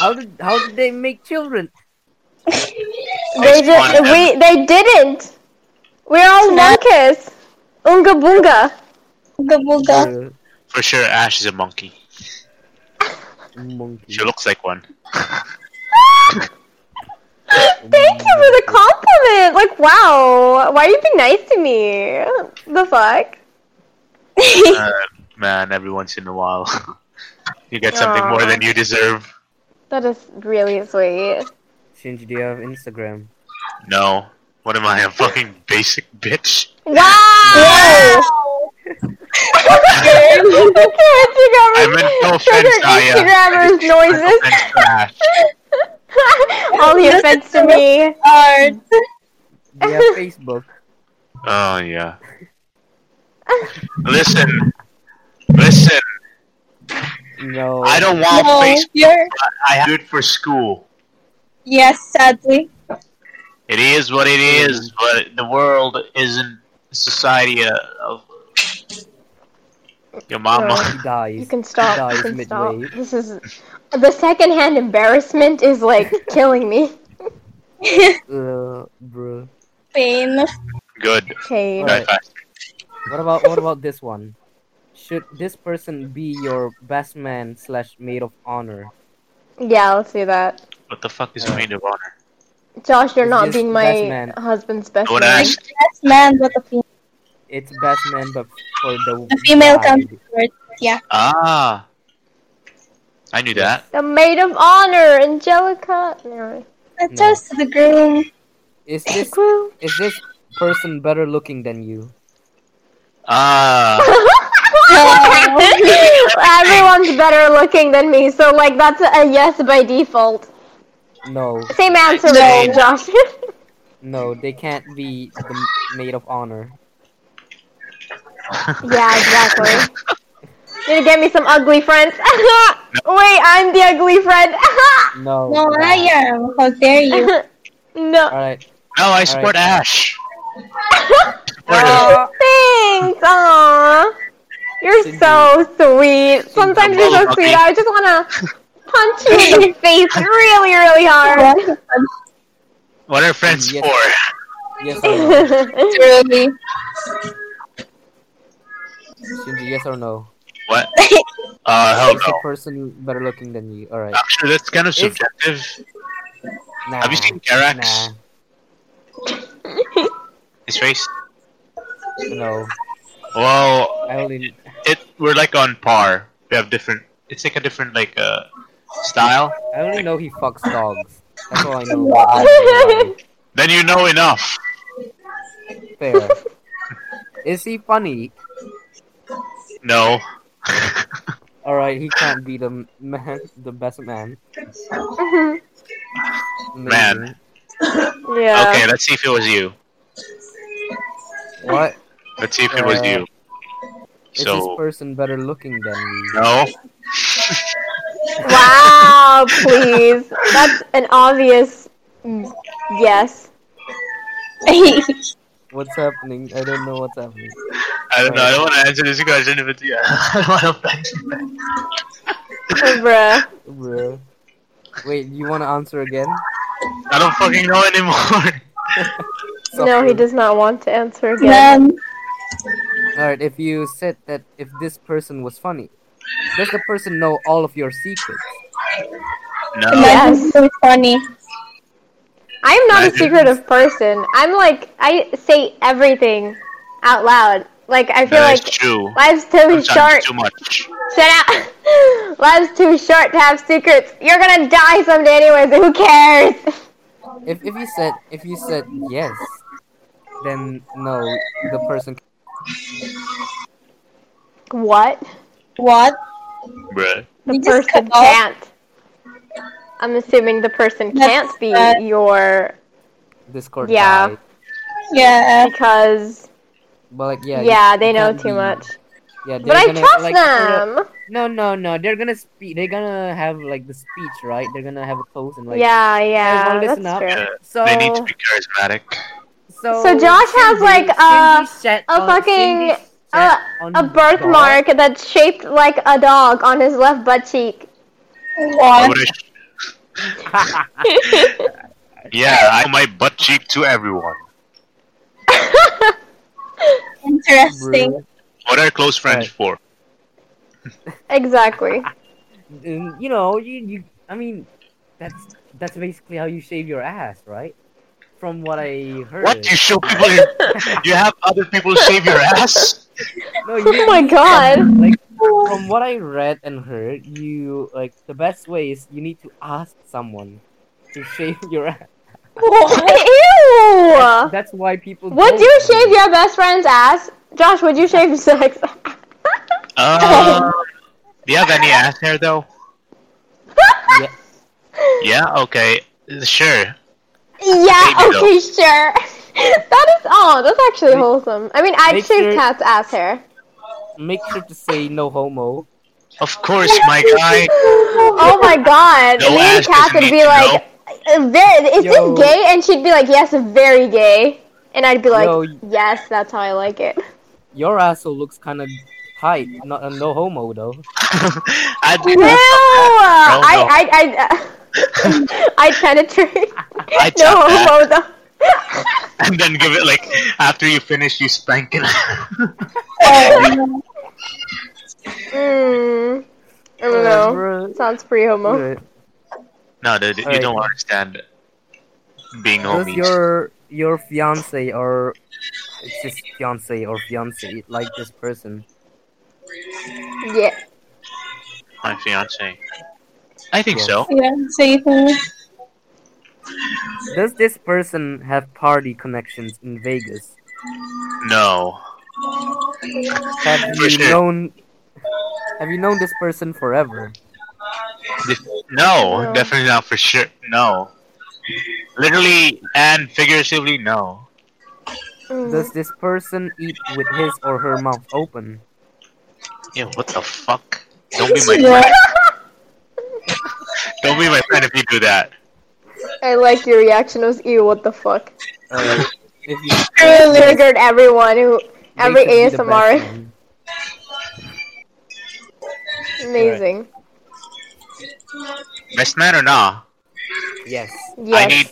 Speaker 1: How did how did they make children?
Speaker 2: They
Speaker 3: It's fun,
Speaker 2: did. We they didn't. We're all
Speaker 4: Not-
Speaker 2: monkeys. Unga boonga.
Speaker 4: Gabuga.
Speaker 1: The
Speaker 3: For sure, Ash is a monkey.
Speaker 1: monkey.
Speaker 3: She looks like one.
Speaker 2: Thank you for the compliment. Like wow, why are you being nice to me? The fuck?
Speaker 3: Uh, man, every once in a while, you get something
Speaker 2: Aw.
Speaker 3: more than you deserve.
Speaker 2: That is really sweet.
Speaker 1: Shinji, do you have Instagram?
Speaker 3: No. What am I, a fucking basic bitch?
Speaker 2: Wow. you can't pick up
Speaker 3: I meant no offense,
Speaker 2: trigger
Speaker 3: Aya. I
Speaker 2: Instagrammers
Speaker 3: just- I meant no
Speaker 2: noises.
Speaker 3: offense to Ash.
Speaker 2: all the offense to me.
Speaker 4: Art.
Speaker 1: Do you have Facebook?
Speaker 3: Oh yeah. listen, listen.
Speaker 1: No.
Speaker 3: I don't want
Speaker 4: No,
Speaker 3: Facebook.
Speaker 4: you're.
Speaker 3: I have it for school.
Speaker 4: Yes, sadly.
Speaker 3: It is what it is, but the world isn't society uh, of your mama.
Speaker 1: He dies.
Speaker 2: You can stop.
Speaker 1: He
Speaker 2: You
Speaker 1: dies
Speaker 2: can
Speaker 1: midway.
Speaker 2: stop. This is the secondhand embarrassment is like killing me.
Speaker 1: Uh, bro.
Speaker 4: Pain.
Speaker 3: Good.
Speaker 2: Pain.
Speaker 1: Alright.
Speaker 3: Right. fast.
Speaker 1: What about what about this one? Should this person be your best man slash maid of honor?
Speaker 2: Yeah, let's do that.
Speaker 3: What the fuck is
Speaker 1: Alright.
Speaker 3: maid of honor?
Speaker 2: Josh, you're
Speaker 1: Is
Speaker 2: not
Speaker 1: this
Speaker 2: being
Speaker 1: best
Speaker 2: my
Speaker 1: man?
Speaker 2: husband's best
Speaker 3: No one
Speaker 2: man.
Speaker 3: asked.
Speaker 4: Yes, man, but the female,
Speaker 1: It's best man, but for the
Speaker 4: the female
Speaker 1: bride.
Speaker 4: comes first. Yeah.
Speaker 3: Ah, I knew that.
Speaker 2: The maid of honor, Angelica. No.
Speaker 4: That's
Speaker 1: No.
Speaker 4: just the groom.
Speaker 1: Is this
Speaker 2: Groom.
Speaker 1: is this person better looking than you?
Speaker 3: Ah,
Speaker 2: Everyone's better looking than me, so like that's a yes by default.
Speaker 1: No,
Speaker 2: Same answer,
Speaker 3: Same.
Speaker 2: though, Josh.
Speaker 1: no, they can't be the maid of honor.
Speaker 2: yeah, exactly. You're gonna get me some ugly friends. Wait, I'm the ugly friend.
Speaker 1: No.
Speaker 4: No, I am. How dare you?
Speaker 2: no.
Speaker 1: All right.
Speaker 3: no, I support Ash. Support
Speaker 2: Oh.
Speaker 3: her.
Speaker 2: Thanks. Aww. You're
Speaker 1: Cindy.
Speaker 2: so sweet. Sometimes you're so
Speaker 3: Okay.
Speaker 2: sweet. I just wanna punch you in the face really, really hard.
Speaker 3: What are friends
Speaker 1: Yes.
Speaker 3: for?
Speaker 1: Yes or no?
Speaker 4: Truly.
Speaker 1: Shinji, yes or no?
Speaker 3: What? Uh, hell
Speaker 1: Is the
Speaker 3: no.
Speaker 1: person better looking than you? All right.
Speaker 3: Actually, that's kind of
Speaker 1: It's-
Speaker 3: subjective.
Speaker 1: Nah.
Speaker 3: Have you seen Karax?
Speaker 1: Nah.
Speaker 3: His face.
Speaker 1: No.
Speaker 3: Well,
Speaker 1: I only.
Speaker 3: it we're like on par. We have different. It's like a different like uh style.
Speaker 1: I only know he fucks dogs. That's all I know. about him.
Speaker 3: Then you know enough.
Speaker 1: Fair. Is he funny?
Speaker 3: No.
Speaker 1: All right, he can't be the man, the best man.
Speaker 2: Mhm.
Speaker 1: Amazing.
Speaker 2: yeah.
Speaker 3: Okay, let's see if it was you.
Speaker 1: What?
Speaker 3: Let's see if it was
Speaker 1: Uh,
Speaker 3: you.
Speaker 1: Is this
Speaker 3: So
Speaker 1: person better looking than you?
Speaker 3: no.
Speaker 2: Wow, please. That's an obvious mm, yes.
Speaker 1: What's happening? I don't know what's happening.
Speaker 3: I don't know. I don't want to answer this question if it's yeah. I don't want to offend you.
Speaker 2: Bruh.
Speaker 1: Bruh. Wait, you want to answer again?
Speaker 3: I don't fucking know anymore.
Speaker 2: No, he does not want to answer again.
Speaker 4: Man.
Speaker 1: All right, if you said that if this person was funny, does the person know all of your secrets?
Speaker 3: No.
Speaker 4: Yes. so funny.
Speaker 2: I'm not a
Speaker 3: Imagine.
Speaker 2: secretive person. I'm like I say everything out loud. Like I feel
Speaker 3: that is
Speaker 2: like
Speaker 3: true.
Speaker 2: life's too
Speaker 3: Sometimes
Speaker 2: short.
Speaker 3: too much.
Speaker 2: Shut up. Life's too short to have secrets. You're gonna die someday, anyways. Who cares?
Speaker 1: If if you said if you said yes, then no, the person
Speaker 2: What?
Speaker 4: What?
Speaker 3: Bruh.
Speaker 2: The
Speaker 4: You just
Speaker 2: person
Speaker 4: cut off.
Speaker 2: can't. I'm assuming the person
Speaker 4: That's
Speaker 2: can't be
Speaker 4: sad.
Speaker 2: your
Speaker 1: Discord
Speaker 2: Yeah.
Speaker 1: guy.
Speaker 4: Yeah.
Speaker 2: because
Speaker 1: But like yeah,
Speaker 2: yeah,
Speaker 1: you- you
Speaker 2: they know
Speaker 1: can't
Speaker 2: too
Speaker 1: be-
Speaker 2: much.
Speaker 1: Yeah,
Speaker 2: But
Speaker 1: they're
Speaker 2: I
Speaker 1: gonna,
Speaker 2: trust
Speaker 1: like, sort of-
Speaker 2: them.
Speaker 1: No, no, no. They're gonna speak. They're gonna have like the speech, right? They're gonna have a toast and like.
Speaker 2: yeah, yeah,
Speaker 1: wanna
Speaker 2: that's
Speaker 1: listen up.
Speaker 2: true.
Speaker 3: Yeah.
Speaker 1: So
Speaker 3: They need to
Speaker 2: Oh.
Speaker 3: be charismatic.
Speaker 1: so.
Speaker 2: So Josh has, like, a-
Speaker 1: a
Speaker 2: a fucking- A birthmark that's shaped like a dog on his left butt cheek.
Speaker 3: I
Speaker 4: What?
Speaker 3: would've- yeah, I my butt cheek to everyone.
Speaker 4: Interesting.
Speaker 3: What are close friends
Speaker 1: Right.
Speaker 3: for?
Speaker 2: exactly.
Speaker 1: And, you know, you, you. I mean, that's that's basically how you shave your ass, right? From what I heard.
Speaker 3: What? You show people your, you have other people shave your ass?
Speaker 1: No,
Speaker 2: Oh
Speaker 1: you,
Speaker 2: my god.
Speaker 1: like from what I read and heard, you like the best way is you need to ask someone to shave your ass.
Speaker 2: Ew!
Speaker 1: That's why people.
Speaker 2: Would
Speaker 1: don't
Speaker 2: you
Speaker 1: do
Speaker 2: shave
Speaker 1: it.
Speaker 2: your best friend's ass? Josh, would you shave your sex?
Speaker 3: Uh, do you have any ass hair though? Yeah. Okay. Sure.
Speaker 2: yeah,
Speaker 3: Maybe
Speaker 2: okay, sure. that is oh, that's actually
Speaker 1: Make-
Speaker 2: wholesome. I mean I'd
Speaker 1: make
Speaker 2: shave
Speaker 1: sure-
Speaker 2: Kat's ass hair.
Speaker 1: Make sure to say no homo.
Speaker 3: Of course, my guy.
Speaker 2: oh my god.
Speaker 3: No
Speaker 2: Me and
Speaker 3: ass
Speaker 2: Kat
Speaker 3: doesn't
Speaker 2: would
Speaker 3: need
Speaker 2: be
Speaker 3: to
Speaker 2: like "Uh, Very, is
Speaker 1: Yo.
Speaker 2: this gay? And she'd be like, yes, very gay. And I'd be like,
Speaker 1: Yo.
Speaker 2: yes, that's how I like it.
Speaker 1: Your asshole looks kind of tight. Not uh, no homo though.
Speaker 3: I'd,
Speaker 2: No, I, I,
Speaker 3: no.
Speaker 2: I, I penetrate.
Speaker 3: I
Speaker 2: no
Speaker 3: chop that.
Speaker 2: homo though.
Speaker 3: and then give it like after you finish, you spank it.
Speaker 4: Oh,
Speaker 2: Mm, I don't know.
Speaker 1: Bruh.
Speaker 2: Sounds pretty homo.
Speaker 1: Alright,
Speaker 3: no, dude, you
Speaker 1: Alright.
Speaker 3: don't understand being
Speaker 1: Does
Speaker 3: homies.
Speaker 1: your your fiance or it's just fiance or fiance like this person?
Speaker 2: Yeah.
Speaker 3: My fiance. I think
Speaker 1: Yeah.
Speaker 3: so.
Speaker 4: yeah, safe.
Speaker 1: Does this person have party connections in Vegas?
Speaker 3: No.
Speaker 1: Have
Speaker 3: For
Speaker 1: you
Speaker 3: sure.
Speaker 1: known? Have you known this person forever?
Speaker 3: Def- no,
Speaker 2: No.
Speaker 3: definitely not for sure. No. Literally and figuratively, no.
Speaker 2: Mm.
Speaker 1: Does this person eat with his or her mouth open?
Speaker 3: Yeah, what the fuck? Don't be my
Speaker 4: Yeah.
Speaker 3: friend. Don't be my friend if you do that.
Speaker 2: I like your reaction. It was ew. What the fuck?
Speaker 1: Uh, if you
Speaker 2: Triggered everyone who.
Speaker 1: they
Speaker 2: Every
Speaker 1: could be the
Speaker 2: ASMR.
Speaker 1: best one.
Speaker 2: Amazing.
Speaker 3: Best man or nah?
Speaker 1: Yes.
Speaker 2: Yes.
Speaker 3: I need.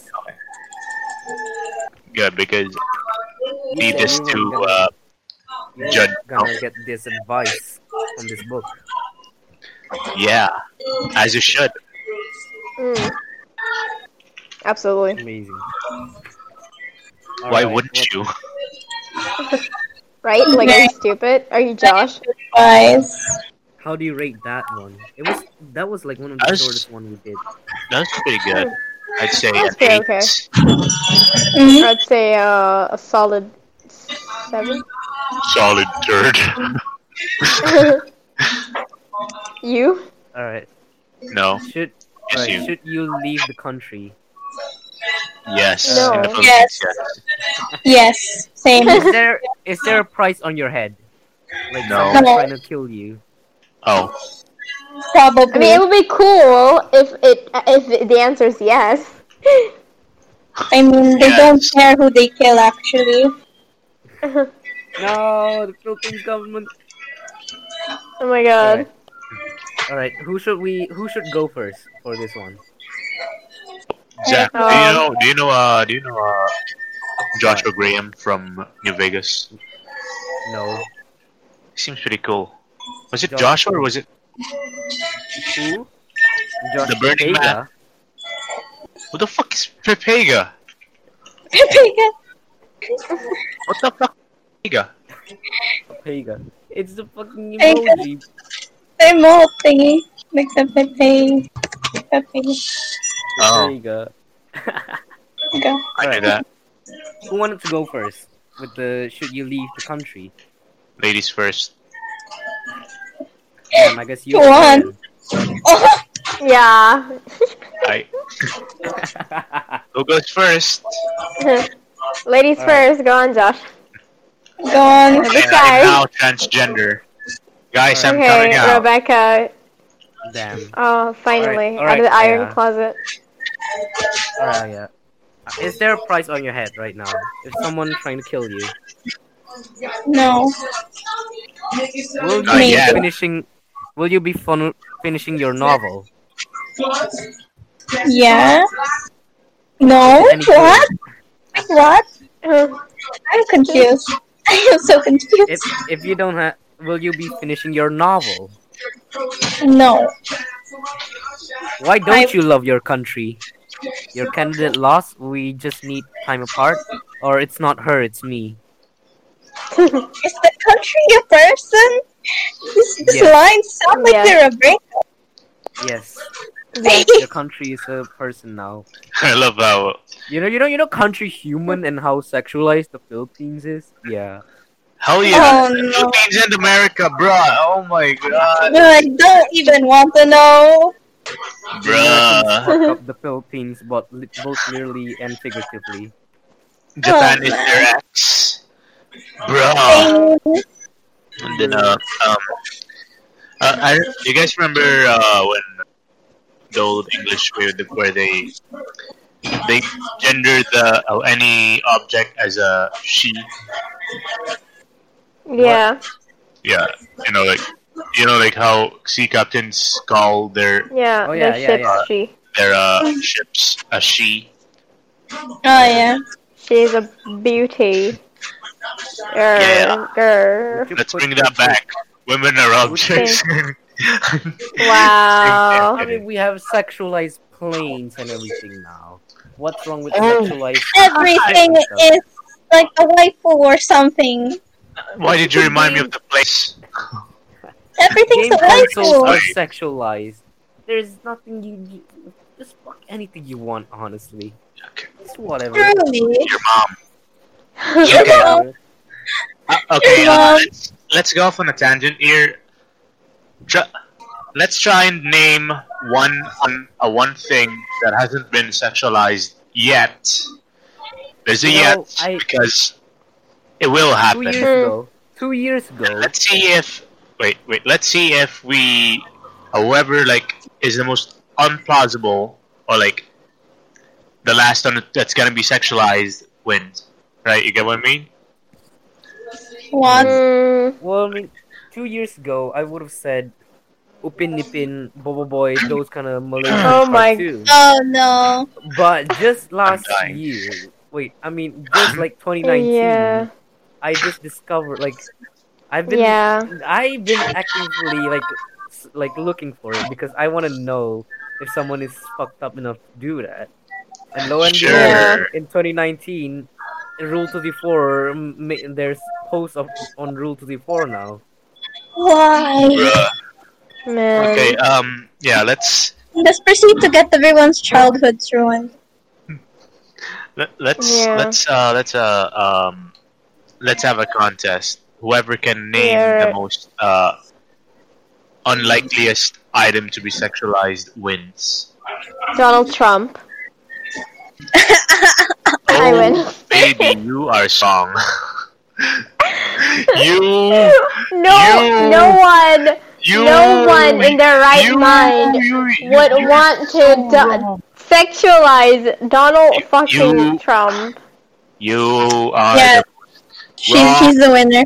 Speaker 3: Good because need
Speaker 1: Yeah,
Speaker 3: this
Speaker 1: we
Speaker 3: to
Speaker 1: will
Speaker 3: uh, judge.
Speaker 1: Gonna get this advice from this book.
Speaker 3: Yeah, as you should.
Speaker 2: Mm. Absolutely.
Speaker 1: Amazing.
Speaker 3: Why
Speaker 1: Alright,
Speaker 3: wouldn't
Speaker 1: what-
Speaker 3: you?
Speaker 2: Right? Like, are you stupid? Are you Josh?
Speaker 4: Guys.
Speaker 1: How do you rate that one? It was that was like one of the
Speaker 3: I was-
Speaker 1: shortest one we did.
Speaker 3: That's pretty good. I'd say
Speaker 2: That's pretty
Speaker 3: an
Speaker 2: okay.
Speaker 3: eight.
Speaker 4: Mhm.
Speaker 2: I'd say uh, a solid seven.
Speaker 3: Solid third.
Speaker 2: you?
Speaker 1: All right.
Speaker 3: no.
Speaker 1: Should
Speaker 3: Oh. Yes,
Speaker 1: alright,
Speaker 3: you.
Speaker 1: should you leave the country?
Speaker 3: Yes.
Speaker 2: No.
Speaker 3: in the Philippines,
Speaker 4: Yes. Yes, same.
Speaker 1: Is there is there a price on your head? Like
Speaker 3: No.
Speaker 1: someone
Speaker 4: No.
Speaker 1: trying to kill you.
Speaker 3: Oh,
Speaker 4: Probably.
Speaker 2: I mean, it would be cool if it if the answer is yes.
Speaker 4: I mean, they
Speaker 3: Yes.
Speaker 4: don't care who they kill, actually.
Speaker 1: No, the Philippines government.
Speaker 2: Oh my god.
Speaker 1: Alright. All right. Who should we? Who should go first for this one?
Speaker 3: Zach. Do
Speaker 2: Um,
Speaker 3: you know? Do you know? Uh, do you know? Uh, Joshua Graham from New Vegas.
Speaker 1: No.
Speaker 3: Seems pretty cool. Was it
Speaker 1: Josh-
Speaker 3: Joshua or was it?
Speaker 1: Who? Josh
Speaker 3: The Burning
Speaker 1: Ortega?
Speaker 3: Man. Who the fuck is Pepega? What the fuck? Pepega.
Speaker 1: Ortega. It's the fucking
Speaker 4: Ortega.
Speaker 1: emoji.
Speaker 4: Same old thingy. Like the Pepe. Pepe.
Speaker 3: Oh,
Speaker 1: Ortega.
Speaker 4: Go.
Speaker 3: I knew that.
Speaker 1: Who wanted to go first with the should you leave the country?
Speaker 3: Ladies first.
Speaker 1: Um, I guess you.
Speaker 4: Go on. Oh,
Speaker 2: Yeah.
Speaker 3: I. Who goes first?
Speaker 2: Ladies
Speaker 1: Alright.
Speaker 2: first. Go on, Josh.
Speaker 4: gone.
Speaker 2: This
Speaker 3: I
Speaker 2: guy.
Speaker 3: am now transgender. Guys, I'm
Speaker 2: okay,
Speaker 3: coming out.
Speaker 2: Rebecca.
Speaker 1: Damn.
Speaker 2: Oh, finally.
Speaker 1: Alright, alright,
Speaker 2: out of the iron
Speaker 1: yeah.
Speaker 2: closet.
Speaker 1: Oh yeah. Is there a price on your head right now? If someone trying to kill you,
Speaker 4: No.
Speaker 1: will you
Speaker 3: Not
Speaker 1: be
Speaker 3: yet.
Speaker 1: finishing? Will you be fun- finishing your novel?
Speaker 4: Yeah. No.
Speaker 1: Any clue?
Speaker 4: Oh, What? What?
Speaker 2: Uh,
Speaker 4: I'm confused. I am so confused.
Speaker 1: If if you don't have, will you be finishing your novel?
Speaker 4: No.
Speaker 1: Why don't
Speaker 4: I-
Speaker 1: you love your country? Your candidate lost. We just need time apart, or it's not her, it's me.
Speaker 4: Is the country a person? This, this
Speaker 1: Yeah.
Speaker 4: line sounds like
Speaker 2: Yeah.
Speaker 4: they're a break.
Speaker 1: Yes,
Speaker 2: yeah.
Speaker 1: your country is a person now.
Speaker 3: I love how
Speaker 1: You know, you know, you know, country human and how sexualized the Philippines is. Yeah.
Speaker 3: Hell yeah!
Speaker 4: Oh, no.
Speaker 3: Philippines and America, bruh. Oh my god,
Speaker 4: No, I don't even want to know.
Speaker 3: bruh.
Speaker 1: fuck up the Philippines, but li- both literally and figuratively.
Speaker 3: Japan is their ex, bruh.
Speaker 1: Ah.
Speaker 4: Thing.
Speaker 3: And then, uh, um, uh, I, you guys remember uh, when the old English where, the, where they they gender the oh, any object as a she.
Speaker 2: Yeah.
Speaker 3: Yeah, you know, like you know, like how sea captains call their
Speaker 2: Yeah.
Speaker 1: Oh, yeah,
Speaker 2: the
Speaker 1: yeah,
Speaker 2: ship's
Speaker 3: yeah.
Speaker 2: she.
Speaker 3: their uh, ships a she.
Speaker 4: Oh yeah.
Speaker 2: She's a beauty. Grr,
Speaker 3: Yeah.
Speaker 2: grr.
Speaker 3: Let's bring that back. Women are objects.
Speaker 2: Wow.
Speaker 1: I mean, we have sexualized planes and everything now. What's wrong with
Speaker 3: Oh.
Speaker 1: sexualized?
Speaker 4: Everything
Speaker 1: Ah.
Speaker 4: is like a waifu or something.
Speaker 3: Why did you remind me of the place?
Speaker 4: Everything's
Speaker 1: Game
Speaker 4: a
Speaker 1: consoles
Speaker 4: waifu.
Speaker 1: are sexualized. There's nothing you, you just fuck anything you want. Honestly,
Speaker 3: Okay.
Speaker 1: it's whatever.
Speaker 4: Truly.
Speaker 3: Your mom.
Speaker 4: Yeah.
Speaker 3: Uh, okay, uh,
Speaker 4: Mom.
Speaker 3: let's, let's go off on a tangent here. Tr- let's try and name one un- a one thing that hasn't been sexualized yet. There's a
Speaker 1: You know,
Speaker 3: yet
Speaker 1: I-
Speaker 3: because it will
Speaker 1: Two
Speaker 3: happen.
Speaker 1: years ago. Two years ago.
Speaker 3: Let's see if wait wait. Let's see if we, however, like is the most unplausible or like the last one that's gonna be sexualized wins. Right? You get what I mean?
Speaker 4: One.
Speaker 2: Mm,
Speaker 1: Well, I mean, two years ago, I would have said Upin Nipin, Bobo Boy, those kind of Malaysian
Speaker 2: Oh my
Speaker 1: cartoons.
Speaker 4: Oh no.
Speaker 1: But just last
Speaker 3: dying.
Speaker 1: year, wait, I mean, just like 2019,
Speaker 2: Yeah.
Speaker 1: I just discovered, like, I've been,
Speaker 2: yeah.
Speaker 1: I've been actively, like, s- like looking for it because I want to know if someone is fucked up enough to do that. And lo and
Speaker 3: Sure.
Speaker 1: behold, in 2019, Rule 24, m- ma- there's posts of, on Rule 24 now.
Speaker 4: Why?
Speaker 3: Bruh.
Speaker 2: Man.
Speaker 3: Uh, Okay, um, yeah, let's
Speaker 4: Let's proceed to get everyone's childhoods ruined.
Speaker 3: let, let's
Speaker 2: Yeah.
Speaker 3: let's uh let's uh um let's have a contest. Whoever can name
Speaker 2: Yeah.
Speaker 3: the most uh unlikeliest item to be sexualized wins.
Speaker 2: Donald Trump. I
Speaker 3: Oh,
Speaker 2: win.
Speaker 3: baby, you are song. you,
Speaker 2: No,
Speaker 3: You-
Speaker 2: no one,
Speaker 3: you,
Speaker 2: no one in their right
Speaker 3: you,
Speaker 2: mind
Speaker 3: you, you,
Speaker 2: would
Speaker 3: you-
Speaker 2: want to do- sexualize Donald fucking
Speaker 3: You-
Speaker 2: Trump.
Speaker 3: You are.
Speaker 4: Yeah.
Speaker 3: The,
Speaker 4: She,
Speaker 3: Wrong.
Speaker 4: she's the winner.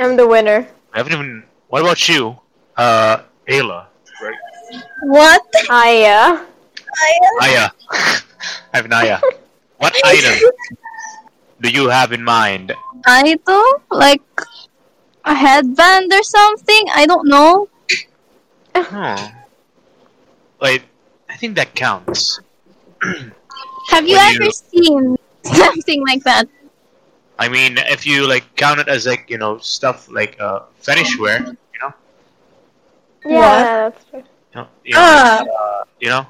Speaker 2: I'm the winner.
Speaker 3: I haven't even. What about you, uh, Ayla? Right.
Speaker 4: What?
Speaker 2: Aya.
Speaker 3: Naya. I have Naya. What item do you have in mind?
Speaker 4: Idol? Like a headband or something? I don't know.
Speaker 3: Huh. Wait, I think that counts.
Speaker 4: Have you
Speaker 3: Would
Speaker 4: ever
Speaker 3: you-
Speaker 4: seen something like that?
Speaker 3: I mean, if you like count it as like you know stuff like uh, fetish wear, you know,
Speaker 2: Yeah,
Speaker 4: What?
Speaker 2: that's true.
Speaker 3: you know, you know,
Speaker 4: Ah.
Speaker 3: like, uh, you know?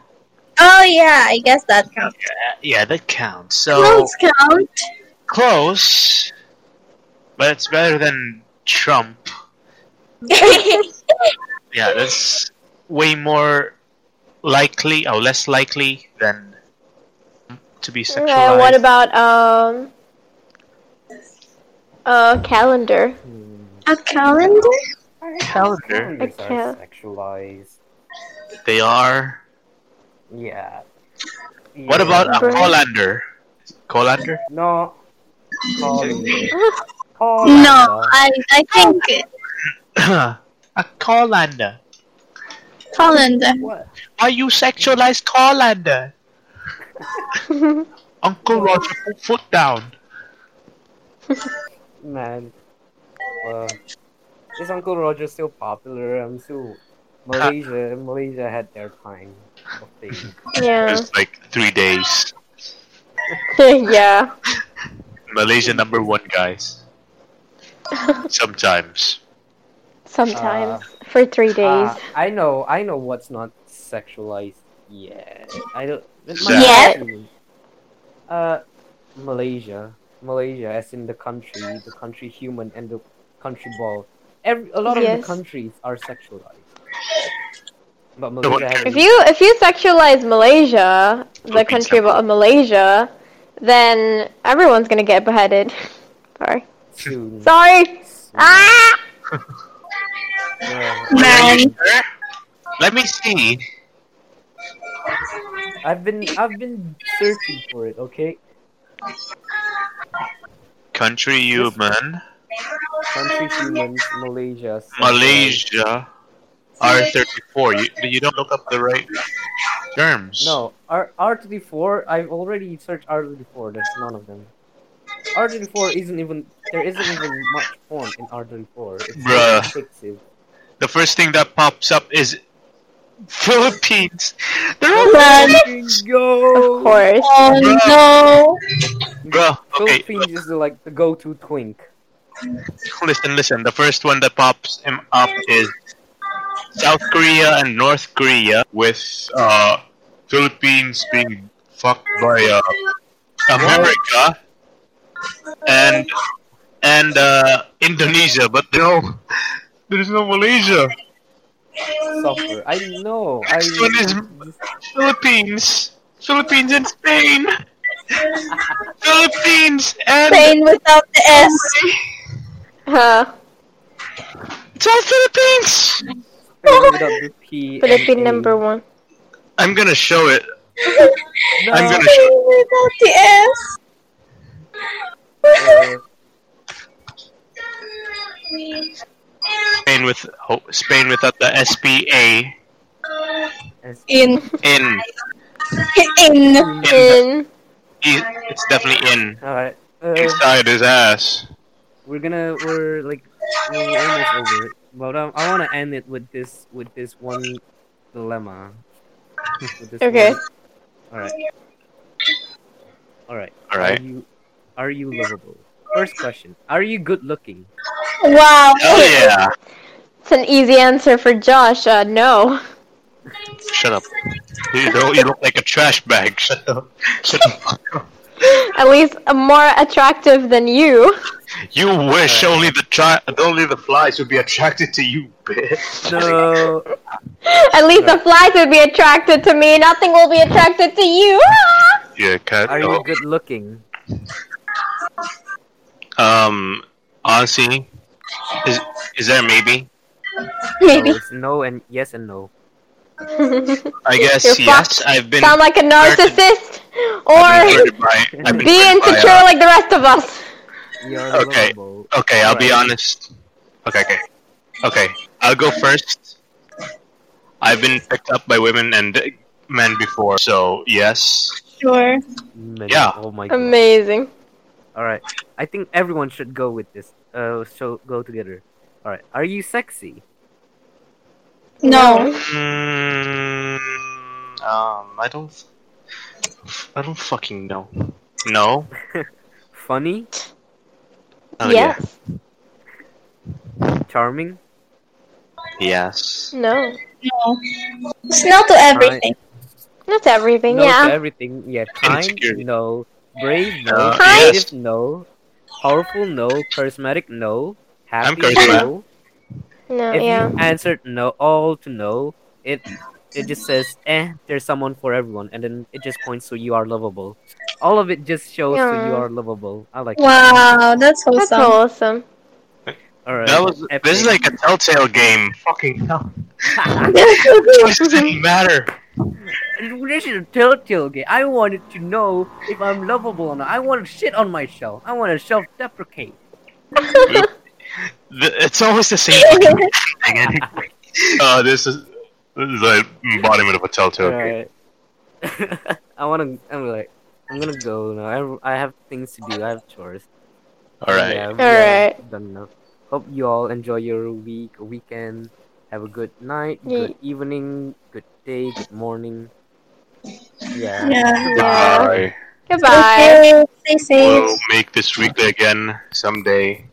Speaker 4: Oh yeah, I guess that counts.
Speaker 3: Uh, yeah, that counts. So
Speaker 4: Clothes count.
Speaker 3: close, but it's better than Trump. Yeah, that's way more likely or less likely than to be sexualized.
Speaker 2: Yeah, Uh, what about um a calendar?
Speaker 1: Hmm.
Speaker 4: a calendar?
Speaker 3: calendar?
Speaker 1: Calendars
Speaker 2: I
Speaker 1: are
Speaker 2: can't.
Speaker 1: sexualized.
Speaker 3: They are.
Speaker 1: Yeah.
Speaker 3: What
Speaker 1: Yeah.
Speaker 3: about a
Speaker 2: Right.
Speaker 3: colander? Colander?
Speaker 1: no? Colander. Colander.
Speaker 3: Oh
Speaker 4: No, I I think
Speaker 3: a colander.
Speaker 4: calendar.
Speaker 1: What?
Speaker 3: Why you sexualize colander?
Speaker 2: Wait,
Speaker 3: Uncle Roger put foot down.
Speaker 1: Man. Well, is Uncle Roger still popular? I'm still. Malaysia, Malaysia had their time of fame.
Speaker 2: yeah,
Speaker 3: like three days.
Speaker 2: yeah.
Speaker 3: Malaysia number one, guys. Sometimes.
Speaker 2: Sometimes for three days.
Speaker 1: Uh, I know, I know what's not sexualized yet. I don't. it might
Speaker 4: Yet?
Speaker 1: not be. Uh, Malaysia, Malaysia, as in the country, the country human and the country ball. Every a lot of
Speaker 2: Yes.
Speaker 1: the countries are sexualized, but
Speaker 3: what-
Speaker 1: Malaysia.
Speaker 2: if
Speaker 1: hasn't.
Speaker 2: you if you sexualize Malaysia, the
Speaker 3: Don't be
Speaker 2: country
Speaker 3: sexual.
Speaker 2: of Malaysia, then everyone's gonna get beheaded. Sorry.
Speaker 1: soon.
Speaker 2: Sorry. Ah.
Speaker 1: Yeah.
Speaker 4: Man.
Speaker 3: Let me see.
Speaker 5: I've been I've been searching for it. Okay,
Speaker 3: Country human.
Speaker 5: country humans, Malaysia. Singapore.
Speaker 3: Malaysia. R34. You, you don't look up the right terms.
Speaker 5: No, R R thirty four. I've already searched R thirty four. There's none of them. R thirty four isn't even there. Isn't even much porn in R thirty four. It's
Speaker 3: Bruh.
Speaker 5: restrictive.
Speaker 3: The first thing that pops up is Philippines. They're all
Speaker 2: Of
Speaker 5: Go.
Speaker 2: course.
Speaker 4: Oh no!
Speaker 3: Bro, okay,
Speaker 5: Philippines is like the go to twink.
Speaker 3: listen, listen. The first one that pops him up is South Korea and North Korea, with uh, Philippines being fucked by uh, America and and uh, Indonesia, but no, there's no Malaysia.
Speaker 5: Suffer. I know. I
Speaker 3: Next one is Philippines, Philippines and Spain, Philippines and
Speaker 4: Spain without the S.
Speaker 2: Huh.
Speaker 3: it's all Philippines.
Speaker 5: without the P.
Speaker 2: Philippine number one.
Speaker 3: I'm gonna show it.
Speaker 5: No,
Speaker 3: I'm gonna show.
Speaker 4: Spain without the S.
Speaker 5: uh,
Speaker 3: Spain with oh, Spain without the SPA
Speaker 4: In.
Speaker 3: in.
Speaker 4: In.
Speaker 2: In.
Speaker 3: He- E, It's definitely in.
Speaker 5: all right. Uh,
Speaker 3: Inside his ass.
Speaker 1: we're gonna we're like we're almost over it but um, i want to end it with this with this one dilemma With this
Speaker 2: Okay.
Speaker 1: one- all right all right
Speaker 3: All right.
Speaker 1: are you are you lovable first question are you good looking
Speaker 4: Wow.
Speaker 3: Hell yeah!
Speaker 2: It's an easy answer for Josh. Uh, no.
Speaker 3: Shut up. You know you look like a trash bag. Shut up. Shut up.
Speaker 2: At least uh, more attractive than you.
Speaker 3: You wish only the tri- only the flies would be attracted to you, bitch.
Speaker 1: no
Speaker 2: At least the flies would be attracted to me. Nothing will be attracted to you.
Speaker 3: Yeah, cat.
Speaker 1: are you good looking
Speaker 3: Um, honestly, is is there maybe?
Speaker 1: so
Speaker 2: Maybe.
Speaker 1: it's no and yes and no
Speaker 3: I guess
Speaker 2: You're
Speaker 3: yes. I've been
Speaker 2: Sound like a narcissist,
Speaker 3: I've been
Speaker 2: or
Speaker 3: hurted by- I've been
Speaker 2: be
Speaker 3: hurted by,
Speaker 2: insecure
Speaker 3: uh,
Speaker 2: like the rest of us.
Speaker 1: you're
Speaker 3: Okay.
Speaker 1: lovable
Speaker 3: Okay, I'll be
Speaker 1: Alright.
Speaker 3: honest. Okay, okay. Okay, I'll go first. I've been picked up by women and men before, so yes.
Speaker 4: Sure.
Speaker 1: Man,
Speaker 3: Yeah.
Speaker 1: oh my god
Speaker 2: Amazing.
Speaker 1: all right i think everyone should go with this uh so go together all right are you sexy
Speaker 4: No.
Speaker 3: Mm, um, I don't. I don't fucking know. No.
Speaker 1: funny
Speaker 3: Oh,
Speaker 2: yes.
Speaker 1: charming
Speaker 3: yeah. Yes.
Speaker 2: No.
Speaker 4: No. It's no to everything.
Speaker 2: That's everything.
Speaker 1: no
Speaker 2: yeah.
Speaker 1: to everything. Yeah, kind,
Speaker 3: Insecurity.
Speaker 1: no. Brave, no.
Speaker 3: Uh,
Speaker 2: Kind?
Speaker 1: Creative, no. Powerful, no. Charismatic, no. Happy,
Speaker 3: I'm charismatic.
Speaker 1: no.
Speaker 2: No.
Speaker 1: If
Speaker 2: Yeah.
Speaker 1: you answered no, all to no, it it just says eh. There's someone for everyone, and then it just points to you are lovable. All of it just shows to you
Speaker 2: Yeah.
Speaker 1: are lovable. I like. it.
Speaker 4: Wow, that's
Speaker 2: That's
Speaker 4: wholesome.
Speaker 2: awesome.
Speaker 1: All right.
Speaker 3: That was. This is like a telltale game. Fucking hell. This doesn't matter.
Speaker 1: this is a telltale game. I wanted to know if I'm lovable or not. I want to shit on myself. I want to self-deprecate.
Speaker 3: Th- It's always the same fucking thing. anyway. Uh, this is this is the embodiment of a telltale game.
Speaker 1: Alright. I wanna. I'm like. I'm gonna go now. I, I have things to do. I have chores.
Speaker 3: All right.
Speaker 1: Yeah, we
Speaker 2: Alright.
Speaker 1: are Done now. Hope you all enjoy your week, weekend. Have a good night, good
Speaker 2: Ye-
Speaker 1: evening, good day, good morning. Yeah.
Speaker 4: Yeah.
Speaker 2: Yeah.
Speaker 3: Bye.
Speaker 2: Goodbye.
Speaker 4: Stay safe. Stay safe.
Speaker 3: We'll make this weekly again someday.